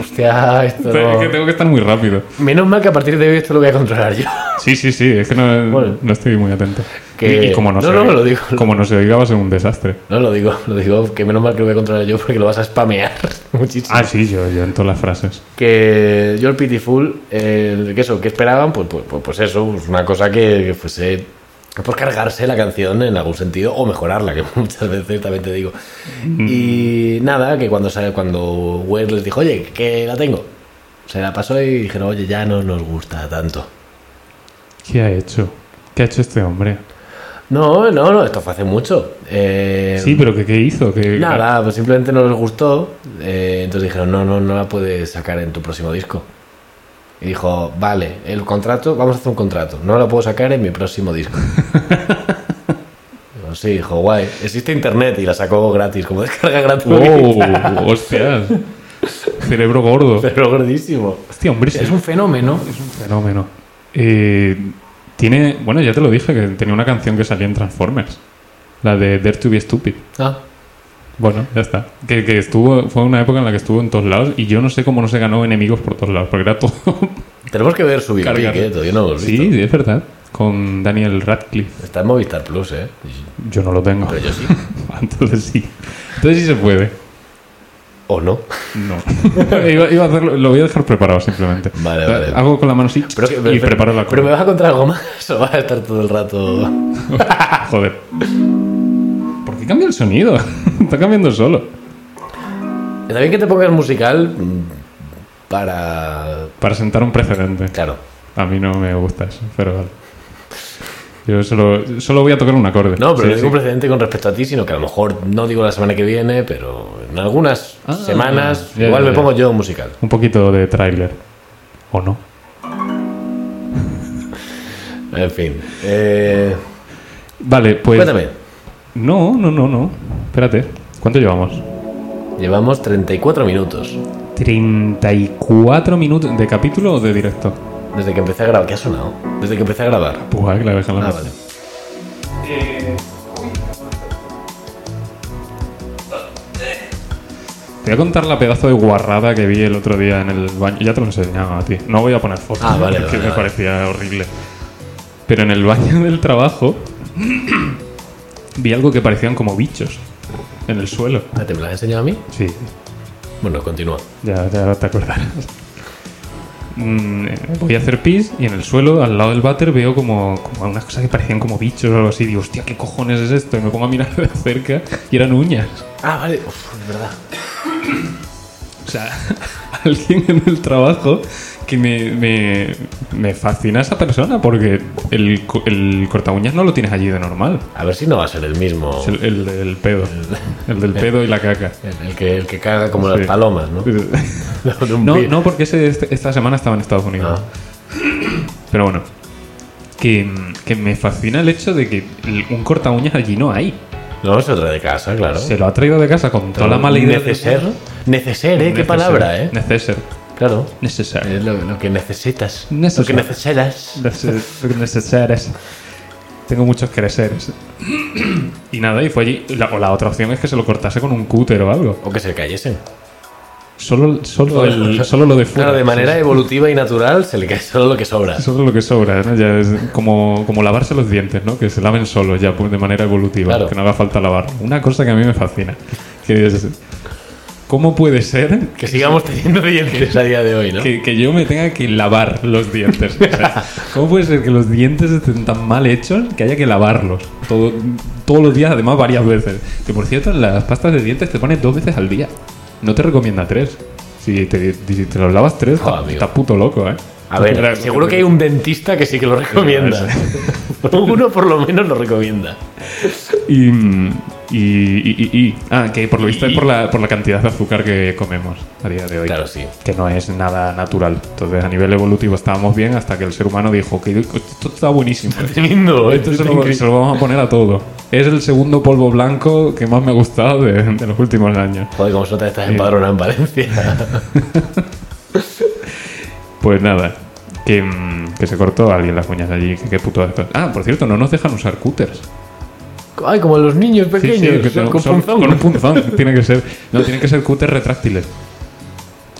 Hostia, esto. Te- no- Es que tengo que estar muy rápido. Menos mal que a partir de hoy esto lo voy a controlar yo. Sí, sí, sí, es que no, Bueno. no estoy muy atento. Que- Y, y como no, no, se no, oiga- lo digo. Como no se oiga, va a ser un desastre. No lo digo, lo digo, que menos mal que lo voy a controlar yo porque lo vas a spamear *laughs* muchísimo. Ah, sí, yo, yo en todas las frases. que Your Pitiful, eh, que eso, que esperaban, pues, pues, pues- pues eso, pues una cosa que, que fuese pues cargarse la canción en algún sentido o mejorarla, que *laughs* muchas veces también te digo. Y nada, que cuando sale, cuando Wes les dijo, oye, que la tengo, se la pasó y dijeron, oye, ya no nos gusta tanto. ¿Qué ha hecho? ¿Qué ha hecho este hombre? No, no, no, esto fue hace mucho. Eh, Sí, pero ¿qué, qué hizo? ¿Qué- *laughs* Nada, pues simplemente no les gustó. eh, entonces dijeron, no, no, no la puedes sacar en tu próximo disco. Y dijo, vale, el contrato, vamos a hacer un contrato. No la puedo sacar en mi próximo *laughs* disco. Digo, sí, dijo, guay. Existe internet y la sacó gratis, como descarga ¡Wow! gratuita. Oh, ¡Hostias! Cerebro *laughs* *laughs* gordo. Pero gordísimo. Hostia, hombre, sí, Es un fenómeno. fenómeno. Eh, tiene. Bueno, ya te lo dije que tenía una canción que salía en Transformers. La de Dare to be Stupid. Ah, Bueno, ya está. Que, que estuvo. Fue una época en la que estuvo en todos lados. Y yo no sé cómo no se ganó enemigos por todos lados. Porque *laughs* era todo. tenemos que ver su biopic, Cargar. eh, todavía no lo hemos sí, visto. sí, es verdad. Con Daniel Radcliffe. Está en Movistar Plus, eh. Yo no lo tengo. Pero yo sí. *laughs* Entonces sí. Entonces sí se puede. ¿O no? No. iba, iba a hacerlo, lo voy a dejar preparado simplemente. Vale, vale. Hago con la mano así Pero que- *laughs* y pero- preparo la ¿Pero me comida. vas a contar algo más *laughs* o vas a estar todo el rato...? Joder. ¿Por qué cambia el sonido? *laughs* Está cambiando solo. Está bien que te pongas musical mm, para. Para sentar un precedente. Claro. A mí no me gusta eso, pero vale. Yo solo, solo voy a tocar un acorde. No, pero no Sí, digo sí. un precedente con respecto a ti, sino que a lo mejor no digo la semana que viene, pero en algunas Ah, semanas ya, igual ya, me ya. pongo yo musical. Un poquito de tráiler. ¿O no? En fin. Eh, Vale, pues... cuéntame. No, no, no, no. Espérate. ¿Cuánto llevamos? Llevamos 34 minutos 34 minutos de capítulo o de directo. desde que empecé a grabar. ¿Qué ha sonado? Desde que empecé a grabar. Pues que la dejan la Ah, mesa. vale. Te voy a contar la pedazo de guarrada que vi el otro día en el baño. Ya te lo enseñaba a ti. No voy a poner fotos. Ah, vale, porque vale, me vale. parecía horrible. Pero en el baño del trabajo *clears throat* vi algo que parecían como bichos en el suelo. Ah, ¿Te me la has enseñado a mí? Sí, Bueno, continúa. ya, ya te acordarás. Mm, eh, Voy a hacer pis y en el suelo, al lado del váter, veo como, como unas cosas que parecían como bichos o algo así. Digo, hostia, ¿qué cojones es esto? Y me pongo a mirar de cerca y eran uñas. Ah, vale. Uf, de verdad. O sea, *laughs* alguien en el trabajo que me, me, me fascina esa persona porque el, co- el cortaúñas no lo tienes allí de normal. A ver si no va a ser el mismo. Es el, el- el pedo. El del pedo y *laughs* la caca. El, el que, el que caga como Sí. las palomas, ¿no? De un No, pi- no, porque ese- este- esta semana estaba en Estados Unidos. Ah. Pero bueno, que, que me fascina el hecho de que el- un cortaúñas allí no hay. No, es otra de casa, claro. Se lo ha traído de casa con toda la mala idea. Neceser. Neceser, ¿eh? Qué palabra, ¿eh? Neceser. Claro. Neceser. Es lo, lo que necesitas. Neceser. Lo que necesitas. Neces- Neceseres. Tengo muchos creceres. Y nada, y fue allí. La, o la otra opción es que se lo cortase con un cúter o algo. O que se cayesen. Solo, solo, el- solo lo de fuera. Claro, de manera evolutiva y natural se le cae solo lo que sobra. Eso es lo que sobra, ¿no? Ya es como, como lavarse los dientes, ¿no? Que se laven solos ya pues, de manera evolutiva, Claro. que no haga falta lavar. Una cosa que a mí me fascina, que es, ¿cómo puede ser Que sigamos teniendo dientes a día de hoy, ¿no? que, que yo me tenga que lavar los dientes? O *laughs* sea, ¿Cómo puede ser que los dientes estén tan mal hechos que haya que lavarlos todo, todos los días, además varias veces? Que por cierto, en las pastas de dientes te pones dos veces al día. No te recomienda tres. Si te, si te los lavas tres, Oh, estás amigo. estás puto loco, ¿eh? A ver, seguro que hay un dentista que sí que lo recomienda. *laughs* Uno por lo menos lo recomienda. Y, mm, y, y, y- y- Ah, que por lo visto es por la, por la cantidad de azúcar que comemos a día de hoy. Claro, sí. Que no es nada natural. Entonces, a nivel evolutivo estábamos bien hasta que el ser humano dijo que esto está buenísimo. Tremendo, esto Esto es se lo, increíble. se lo vamos a poner a todo. Es el segundo polvo blanco que más me ha gustado de, de los últimos años. Joder, como *laughs* sota estás empadronada en Valencia. Pues nada, que, mm, que se cortó a alguien las uñas allí. que qué puto asco. Ah, por cierto, no nos dejan usar cutters. Ay, como los niños Sí, pequeños, sí, que son tengo- con son- punzón. con un punzón. *laughs* tiene que ser. No, tienen que ser cutters retráctiles.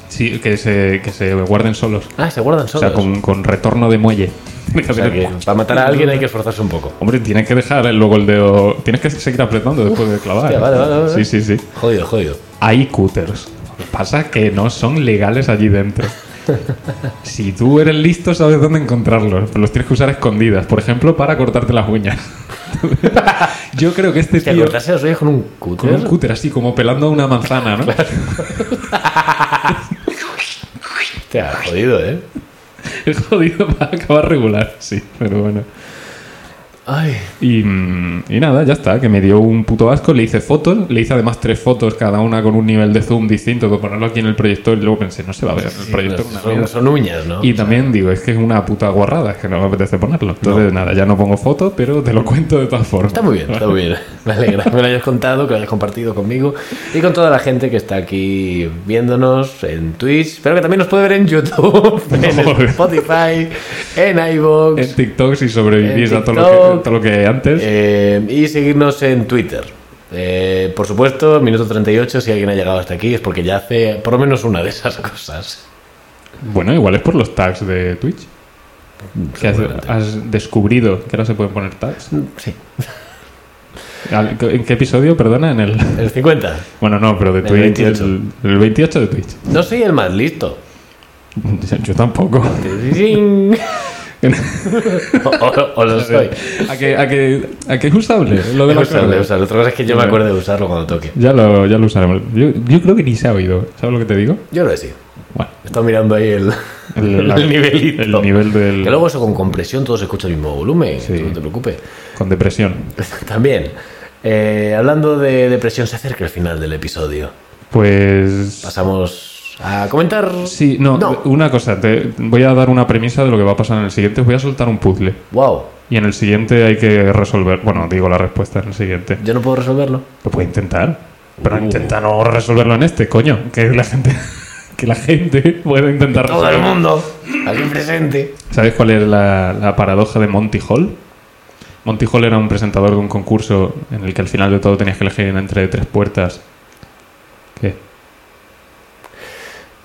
Sí, que se, que se guarden solos. Ah, se guardan O solos. sea, con, con retorno de muelle. Tiene *laughs* que O sea, hacer- que para matar a alguien hay que esforzarse un poco. Hombre, tienes que dejar el- luego el dedo. Tienes que seguir apretando después de clavar. hostia, vale, vale, vale. Sí, sí, sí. Jodido, jodido. Hay cutters. Lo que pasa es que no son legales allí dentro. Si tú eres listo, sabes dónde encontrarlos. Pero los tienes que usar a escondidas. Por ejemplo, para cortarte las uñas. *laughs* Yo creo que este Hostia, tío. cortarse las orejas con un Con cúter. un cúter así, como pelando una manzana, ¿no? Hostia, jodido, ¿eh? *laughs* Es jodido para acabar regular, sí, pero bueno. Ay, Y, mm, y nada, ya está, que me dio un puto asco, le hice fotos, le hice además tres fotos, cada una con un nivel de zoom distinto, para ponerlo aquí en el proyector, y luego pensé, no se va a ver en el proyector. una son, mierda. son uñas, ¿no? Y también digo, es que es una puta guarrada, es que no me apetece ponerlo. Entonces, nada, ya no pongo fotos, pero te lo *laughs* cuento de todas formas. Está muy bien, está muy *laughs* bien. Me alegra que me lo hayas contado, que lo hayas compartido conmigo y con toda la gente que está aquí viéndonos en Twitch, pero que también nos puede ver en YouTube, *laughs* en Joder. Spotify, en En iVoox TikTok, si sobrevivís En a todo lo que, TikTok. todo lo que antes, eh, y seguirnos en Twitter. Eh, por supuesto, minuto 38, si alguien ha llegado hasta aquí es porque ya hace por lo menos una de esas cosas. bueno, igual es por los tags de Twitch. Que Pues has, Seguramente. Mm. has descubrido que ahora se pueden poner tags. Sí, Al- ¿En qué episodio? Perdona, en el. *laughs* el 50. Bueno, no, pero de El Twitch. 28. El, el 28 de Twitch. *laughs* No soy el más listo. Yo tampoco. Tirirín. O, o- o lo soy. *laughs* ¿A que, a, que, ¿A que es usable? Lo de la Usarlo, clave. usarlo. Otra cosa es que yo me acuerdo de usarlo cuando toque. Ya lo, ya lo usaremos. Yo, yo creo que ni se ha oído. ¿Sabes lo que te digo? Yo lo he sido. Bueno. He estado mirando ahí el, *laughs* el, la- nivelito. El nivel del. Que luego eso con compresión todo se escucha al mismo volumen, Sí. tú no te preocupes. *laughs* Con depresión. También, eh, hablando de depresión, se acerca el final del episodio. Pues. Pasamos a comentar... Sí, no, eh, No. una cosa. Te, voy a dar una premisa de lo que va a pasar en el siguiente. Os voy a soltar un puzzle. Wow, Y en el siguiente hay que resolver. Bueno, digo la respuesta en el siguiente. yo no puedo resolverlo. Lo puede intentar. Pero Uh. intenta no resolverlo en este, coño. Que la gente. *laughs* Que la gente pueda intentar Todo el resolverlo. mundo aquí presente. ¿Sabes cuál es la, la paradoja de Monty Hall? Monty Hall era un presentador de un concurso en el que al final de todo tenías que elegir entre tres puertas. ¿Qué?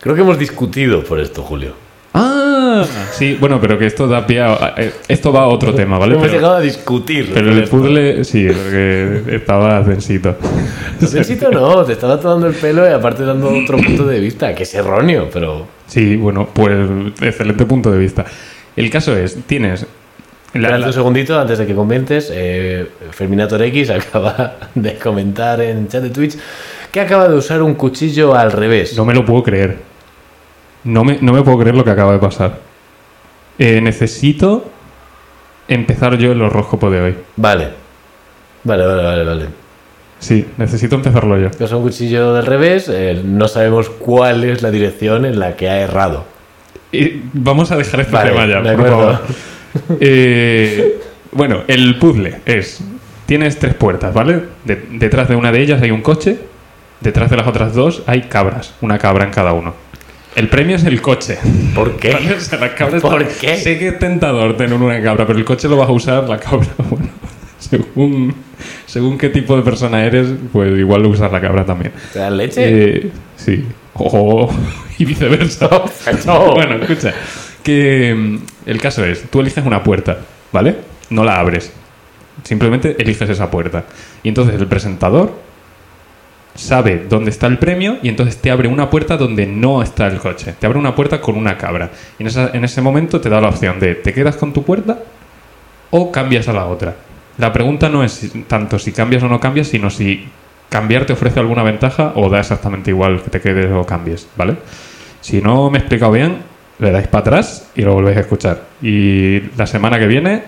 Creo que hemos discutido por esto, Julio. ¡Ah! Sí, bueno, pero que esto da pie a- eh, Esto va a otro tema, ¿vale? hemos Pero, llegado a discutir. pero el esto. puzzle, sí, porque estaba densito. Necesito no, te estaba tomando el pelo y aparte dando otro punto de vista, que es erróneo, pero... Sí, bueno, pues excelente punto de vista. El caso es, tienes... la- Espérate la- un segundito antes de que comentes. eh, Ferminator X *laughs* acaba de comentar en chat de Twitch que acaba de usar un cuchillo al revés. No me lo puedo creer. No me, no me puedo creer lo que acaba de pasar. Eh, necesito empezar yo el horóscopo de hoy. Vale. Vale, vale, vale, vale. Sí, necesito empezarlo yo. Usa un cuchillo del revés, eh, no sabemos cuál es la dirección en la que ha errado. Y vamos a dejar este Vale, tema de ya, por acuerdo. favor. Eh, bueno, el puzzle es... Tienes tres puertas, ¿vale? De- detrás de una de ellas hay un coche, detrás de las otras dos hay cabras, una cabra en cada uno. El premio es el coche. ¿Por *laughs* ¿Vale? qué? O sea, las cabras ¿Por están- qué? Sé que es tentador tener una cabra, pero el coche lo vas a usar la cabra. *laughs* Bueno, según, según qué tipo de persona eres, pues igual lo usas la cabra también. ¿Te das leche? Eh, sí. O- y *laughs* viceversa. no. Bueno, escucha. Que mm, el caso es, tú eliges una puerta, ¿vale? No la abres. Simplemente eliges esa puerta. Y entonces el presentador sabe dónde está el premio y entonces te abre una puerta donde no está el coche. Te abre una puerta con una cabra. Y en, esa- en ese momento te da la opción de te quedas con tu puerta o cambias a la otra. La pregunta no es si- tanto si cambias o no cambias, sino si cambiar te ofrece alguna ventaja o da exactamente igual que te quedes o cambies, ¿vale? Si no me he explicado bien, le dais para atrás y lo volvéis a escuchar. Y la semana que viene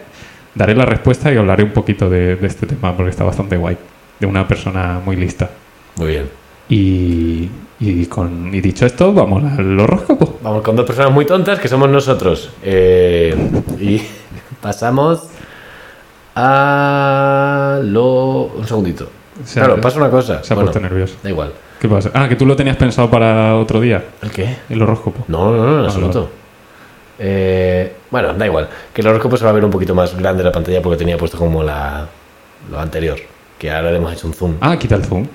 daré la respuesta y hablaré un poquito de, de este tema porque está bastante guay. De una persona muy lista. Muy bien. Y, y con, y dicho esto, vamos al horóscopo. Vamos con dos personas muy tontas que somos nosotros. Eh, y *laughs* pasamos a lo. Un segundito. Se ha- claro, pasa una cosa. Se ha Bueno, puesto nervioso. Da igual. ¿Qué pasa? Ah, que tú lo tenías pensado para otro día, ¿El qué? el horóscopo. No, no, no, en Ah, absoluto. Eh, bueno, da igual. Que el horóscopo se va a ver un poquito más grande la pantalla porque tenía puesto como la, lo anterior. Que ahora le hemos hecho un zoom. Ah, quita el zoom.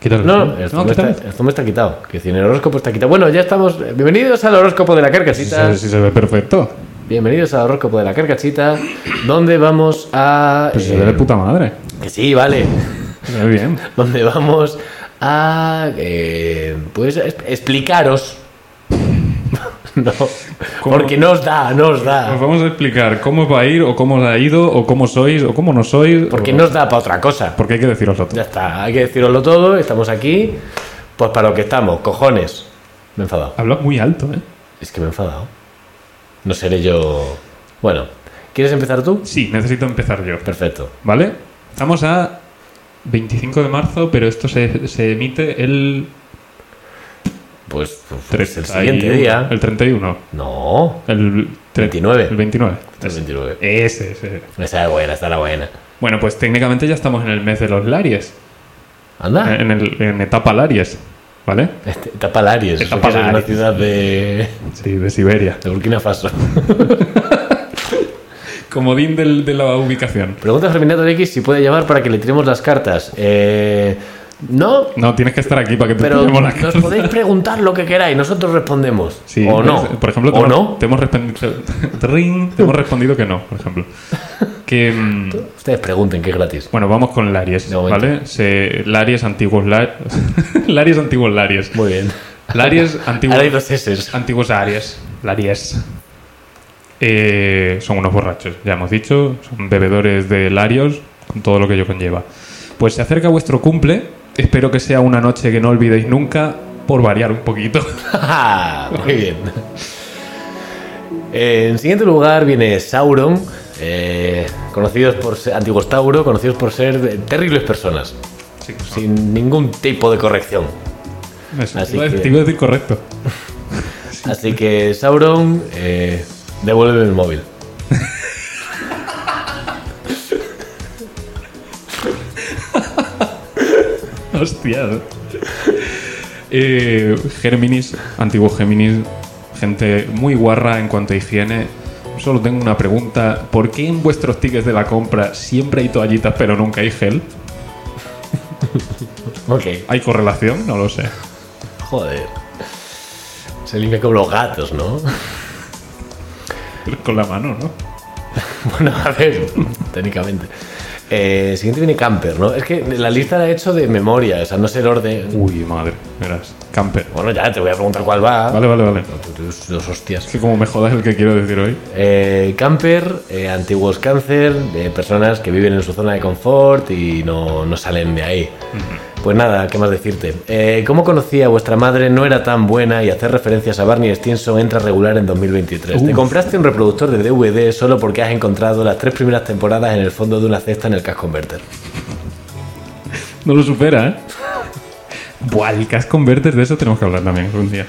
Quita el No, zoom. no, el zoom, quita está, el- el zoom está quitado. Que si en el horóscopo está quitado. Bueno, ya estamos. Bienvenidos al horóscopo de la Sí se, carcasita. ve- sí se ve perfecto. Bienvenidos al horóscopo de la carcachita, donde vamos a. Pues se eh, ve de puta madre. que sí, vale. *laughs* Se ve bien. Donde vamos a. eh, pues es- explicaros. *laughs* no. ¿Cómo? Porque nos da, nos Os da. vamos a explicar cómo os va a ir, o cómo os ha ido, o cómo sois, o cómo no sois. Porque o- nos da para otra cosa. Porque hay que deciroslo todo. Ya está, hay que deciroslo todo. Estamos aquí. Pues para lo que estamos, cojones. Me he enfadado. Hablas muy alto, ¿eh? Es que me he enfadado. No seré yo. Bueno, ¿quieres empezar tú? Sí, necesito empezar yo. Perfecto. ¿Vale? Estamos a 25 de marzo, pero esto se, se emite el, Pues, pues, el 31, siguiente día. El 31. No. El tre- 29. El 29. El 29. Ese, ese. Esa era buena, esa era buena. Bueno, pues técnicamente ya estamos en el mes de los Laries. Anda. En, el- en etapa Laries. ¿Vale? Este, Etapa Larios. eso Etapa que Es una Larios. ciudad de, Sí, de Siberia. de Burkina Faso. Comodín del, de la ubicación. Pregunta a Ferminator X si puede llamar para que le tiremos las cartas. Eh, no, No, tienes que estar aquí para que te *laughs* pero pillemos la nos cara. podéis preguntar lo que queráis. Nosotros respondemos. Sí, pues, o no. por ejemplo, te, o hemos- no. te hemos respondido. *laughs* Tring, te hemos respondido que no, *laughs* por ejemplo. Que. mm, Ustedes pregunten, que es gratis. Bueno, vamos con Laries, De momento. ¿vale? Se, Laries antiguos la- *laughs* Laries antiguos Laries. Muy bien. *laughs* Laries antiguos Ahora hay dos S's. antiguos Aries. Laries. Eh, son unos borrachos, ya hemos dicho, son bebedores de Larios con todo lo que ello conlleva. Pues se acerca vuestro cumple, espero que sea una noche que no olvidéis nunca por variar un poquito. *laughs* *laughs* Muy bien. Eh, En siguiente lugar viene Sauron, eh, conocidos por ser, antiguos Tauro, conocidos por ser eh, terribles personas, Sí, sin ningún tipo de corrección. eso, Así te iba a- que- te iba a decir correcto. Así que Sauron, eh, devuelve el móvil. Hostia. Eh, Géminis, antiguo Géminis, gente muy guarra en cuanto a higiene. Solo tengo una pregunta. ¿Por qué en vuestros tickets de la compra siempre hay toallitas pero nunca hay gel? Ok. ¿Hay correlación? No lo sé. *laughs* Joder. Se limpia como los gatos, ¿no? *laughs* Pero Con la mano, ¿no? Bueno, a ver, técnicamente. Eh, siguiente viene Camper, ¿no? Es que la lista la he hecho de memoria, o sea, no sé el orden. Uy, madre. Verás. Camper. Bueno, ya te voy a preguntar cuál va. Vale, vale, vale. Dos, dos hostias. Es que como me jodas el que quiero decir hoy. Eh, camper, eh, antiguos cáncer, eh, personas que viven en su zona de confort y no, no salen de ahí. Pues nada, ¿qué más decirte? Eh, ¿Cómo conocía vuestra madre no era tan buena y hacer referencias a Barney Stinson entra regular en 2023? Te Uf. compraste un reproductor de DVD solo porque has encontrado las tres primeras temporadas en el fondo de una cesta en el Cash Converter. *laughs* No lo supera, ¿eh? Buah, el Cash Converter, de eso tenemos que hablar también algún día.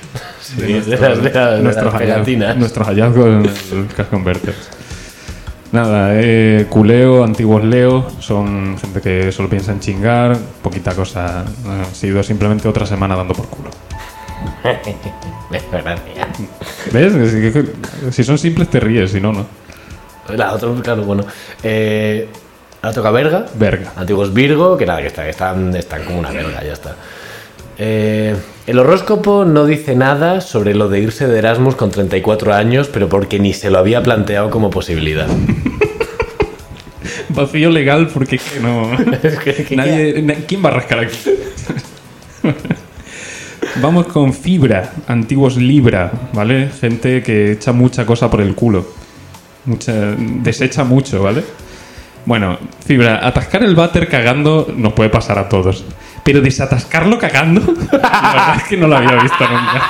de las- de las- de las pegatinas. hallazgos, nuestros hallazgos en el Cash Converter. Nada, eh, culeo, antiguos leo, son gente que solo piensa en chingar, poquita cosa. Ha sido simplemente otra semana dando por culo. ¿Ves? Es que- Si son simples te ríes, si no, no. La otra, claro, bueno. Eh, ahora toca verga. Verga. Antiguos Virgo, que nada, que está- que están, están como una verga, ya está. Eh, el horóscopo no dice nada sobre lo de irse de Erasmus con 34 años, pero porque ni se lo había planteado como posibilidad. *laughs* Vacío legal porque es que no... Es que- que- Nadie, na- ¿Quién va a rascar aquí? *laughs* Vamos con Fibra, antiguos Libra, ¿vale? Gente que echa mucha cosa por el culo. Mucha, desecha mucho, ¿vale? Bueno, Fibra, atascar el váter cagando nos puede pasar a todos. Pero desatascarlo cagando, *laughs* la verdad es que no lo había visto nunca.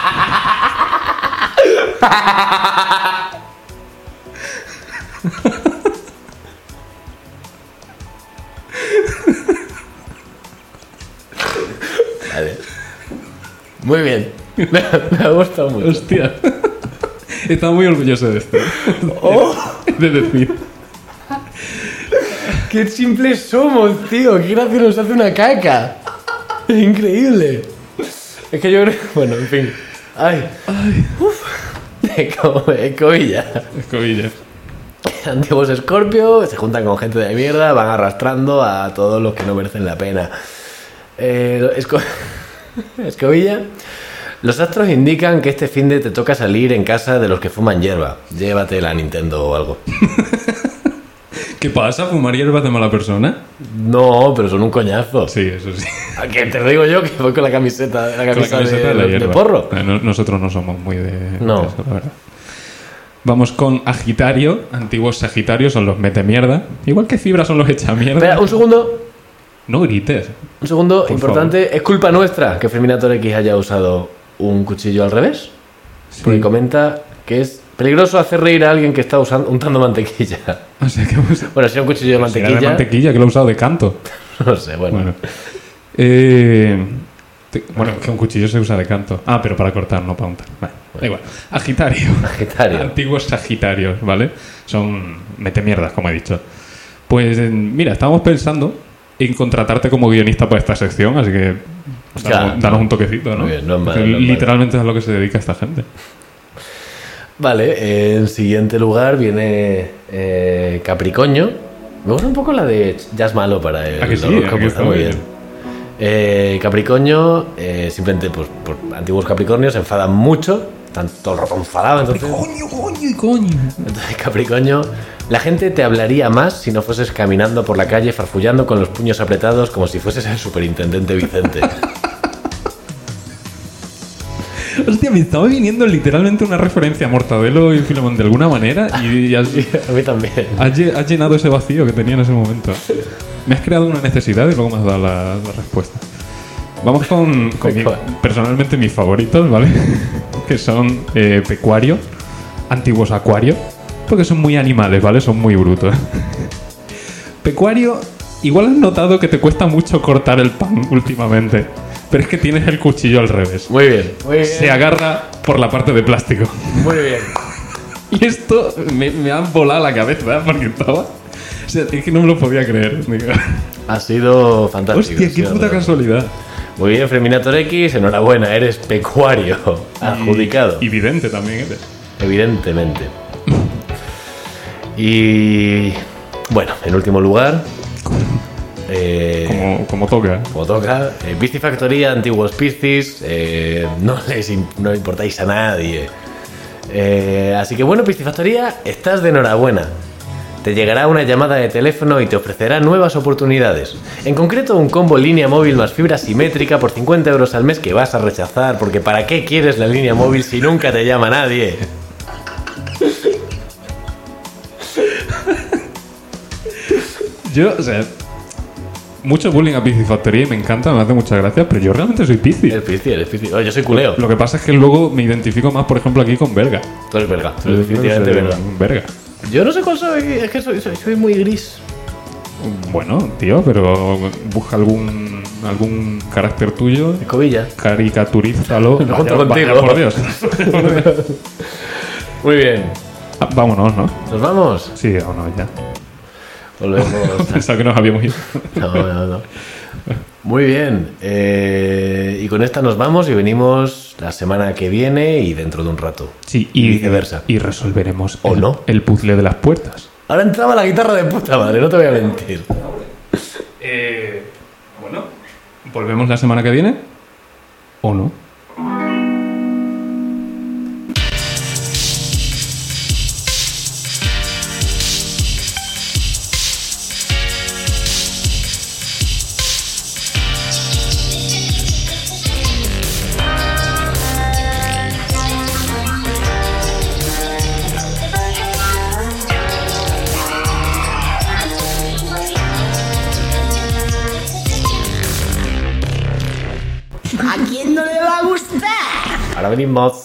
Vale. Muy bien. *laughs* Me, me ha gustado mucho. Hostia. *laughs* Estaba muy orgulloso de esto. ¡Oh! De decir. ¡Qué simples somos, tío! ¡Qué gracia nos hace una caca! *laughs* ¡Increíble! Es que yo creo... Bueno, en fin. ¡Ay! ¡Uf! como escobilla. Escobillas. *laughs* Antiguos Scorpio se juntan con gente de mierda, van arrastrando a todos los que no merecen la pena. Eh, Esco- *laughs* Escobilla. Los astros indican que este fin de te toca salir en casa de los que fuman hierba. Llévate la Nintendo o algo. ¿Qué pasa? ¿Fumar hierba hace mala persona? No, pero son un coñazo. Sí, eso sí. ¿A qué te digo yo que voy con la camiseta, la Con la camisa camiseta de, la de hierba. porro? Eh, no- nosotros no somos muy de, No. de eso, la verdad. Vamos con Agitario. Antiguos Sagitarios son los mete mierda. Igual que Fibra son los echa Espera, mierda. un segundo. No grites. Un segundo, Por importante. Es culpa nuestra que Feminator X haya usado un cuchillo al revés. Porque comenta que es peligroso hacer reír a alguien que está usando, untando mantequilla. *laughs* O sea que hemos... Bueno, si era un cuchillo de Será de mantequilla. mantequilla, que lo he usado de canto. *laughs* no sé, bueno. Bueno. Eh, te- bueno, que un cuchillo se usa de canto. Ah, pero para cortar, no para untar. Vale, Da igual. Agitario. Sagitario. Antiguos Sagitarios, ¿vale? Son metemierdas, como he dicho. Pues eh, mira, estábamos pensando en contratarte como guionista para esta sección, así que danos, Ya. danos un toquecito, ¿no? Muy bien, no es malo, Porque no es malo. literalmente es a lo que se dedica esta gente. Vale, en siguiente lugar viene eh, Capricornio. Me gusta un poco la de Jazz Malo para el ¿A que sí? horóscopo, ¿A que está está muy bien? bien. Eh, Capricornio, eh, simplemente pues, por antiguos Capricornios se enfadan mucho, están todo el rato enfadados. Entonces, ¡Coño, coño y coño! entonces, Capricornio, la gente te hablaría más si no fueses caminando por la calle farfullando con los puños apretados como si fueses el superintendente *laughs* Vicente. Hostia, me estaba viniendo literalmente una referencia a Mortadelo y Filemón de alguna manera y, y has, A mí también. has lle- has llenado ese vacío que tenía en ese momento. Me has creado una necesidad y luego me has dado la, la respuesta. Vamos con, con mi- Pecua- personalmente mis favoritos, ¿vale? *laughs* que son eh, pecuario, antiguos acuario, porque son muy animales, ¿vale? Son muy brutos. *laughs* Pecuario, igual has notado que te cuesta mucho cortar el pan últimamente, pero es que tienes el cuchillo al revés Muy bien, muy bien. se agarra por la parte de plástico. Muy bien. Y esto me, me ha volado la cabeza porque estaba. O sea, es que no me lo podía creer. Digo, Ha sido fantástico. Hostia, ha qué sido puta fantástico. casualidad. Muy bien, Feminator X, enhorabuena, eres pecuario. Adjudicado. Y vidente también ¿eh? eres. Evidentemente. Y. Bueno, en último lugar. Eh, Como, como toca. como toca, eh, Beastie Factoría, antiguos Piscis, eh, no les im- no importáis a nadie. Eh, así que bueno, Piscifactoría, estás de enhorabuena. Te llegará una llamada de teléfono y te ofrecerá nuevas oportunidades. En concreto, un combo línea móvil más fibra simétrica por 50 euros al mes que vas a rechazar, porque ¿para qué quieres la línea móvil si nunca te llama nadie? Yo, o sea. Mucho bullying a Piscis Factory y me encanta, me hace muchas gracias, pero yo realmente soy Piscis. El Piscis, el Piscis. Oh, yo soy culeo. Lo que pasa es que luego me identifico más, por ejemplo, aquí con verga. Tú eres verga, tú eres definitivamente Soy verga. un verga. Yo no sé cuál soy, es que soy, soy- soy muy gris. Bueno, tío, pero busca algún, algún carácter tuyo Escobilla. caricaturízalo. *laughs* Lo cuento contigo. Vaya- vaya, por Dios. Muy bien. Ah, Vámonos, ¿no? ¿Nos vamos? Sí, vámonos ya. Volvemos. Pensaba que nos habíamos ido. *laughs* No, no, no. Muy bien. eh, y con esta nos vamos y venimos la semana que viene y dentro de un rato. Sí, y viceversa. Y resolveremos ¿O el- no? el puzzle de las puertas. Ahora entraba la guitarra de puta madre, no te voy a mentir. Eh, bueno, ¿volvemos la semana que viene? ¿O no? ¿A quién no le va a gustar? Ahora venimos.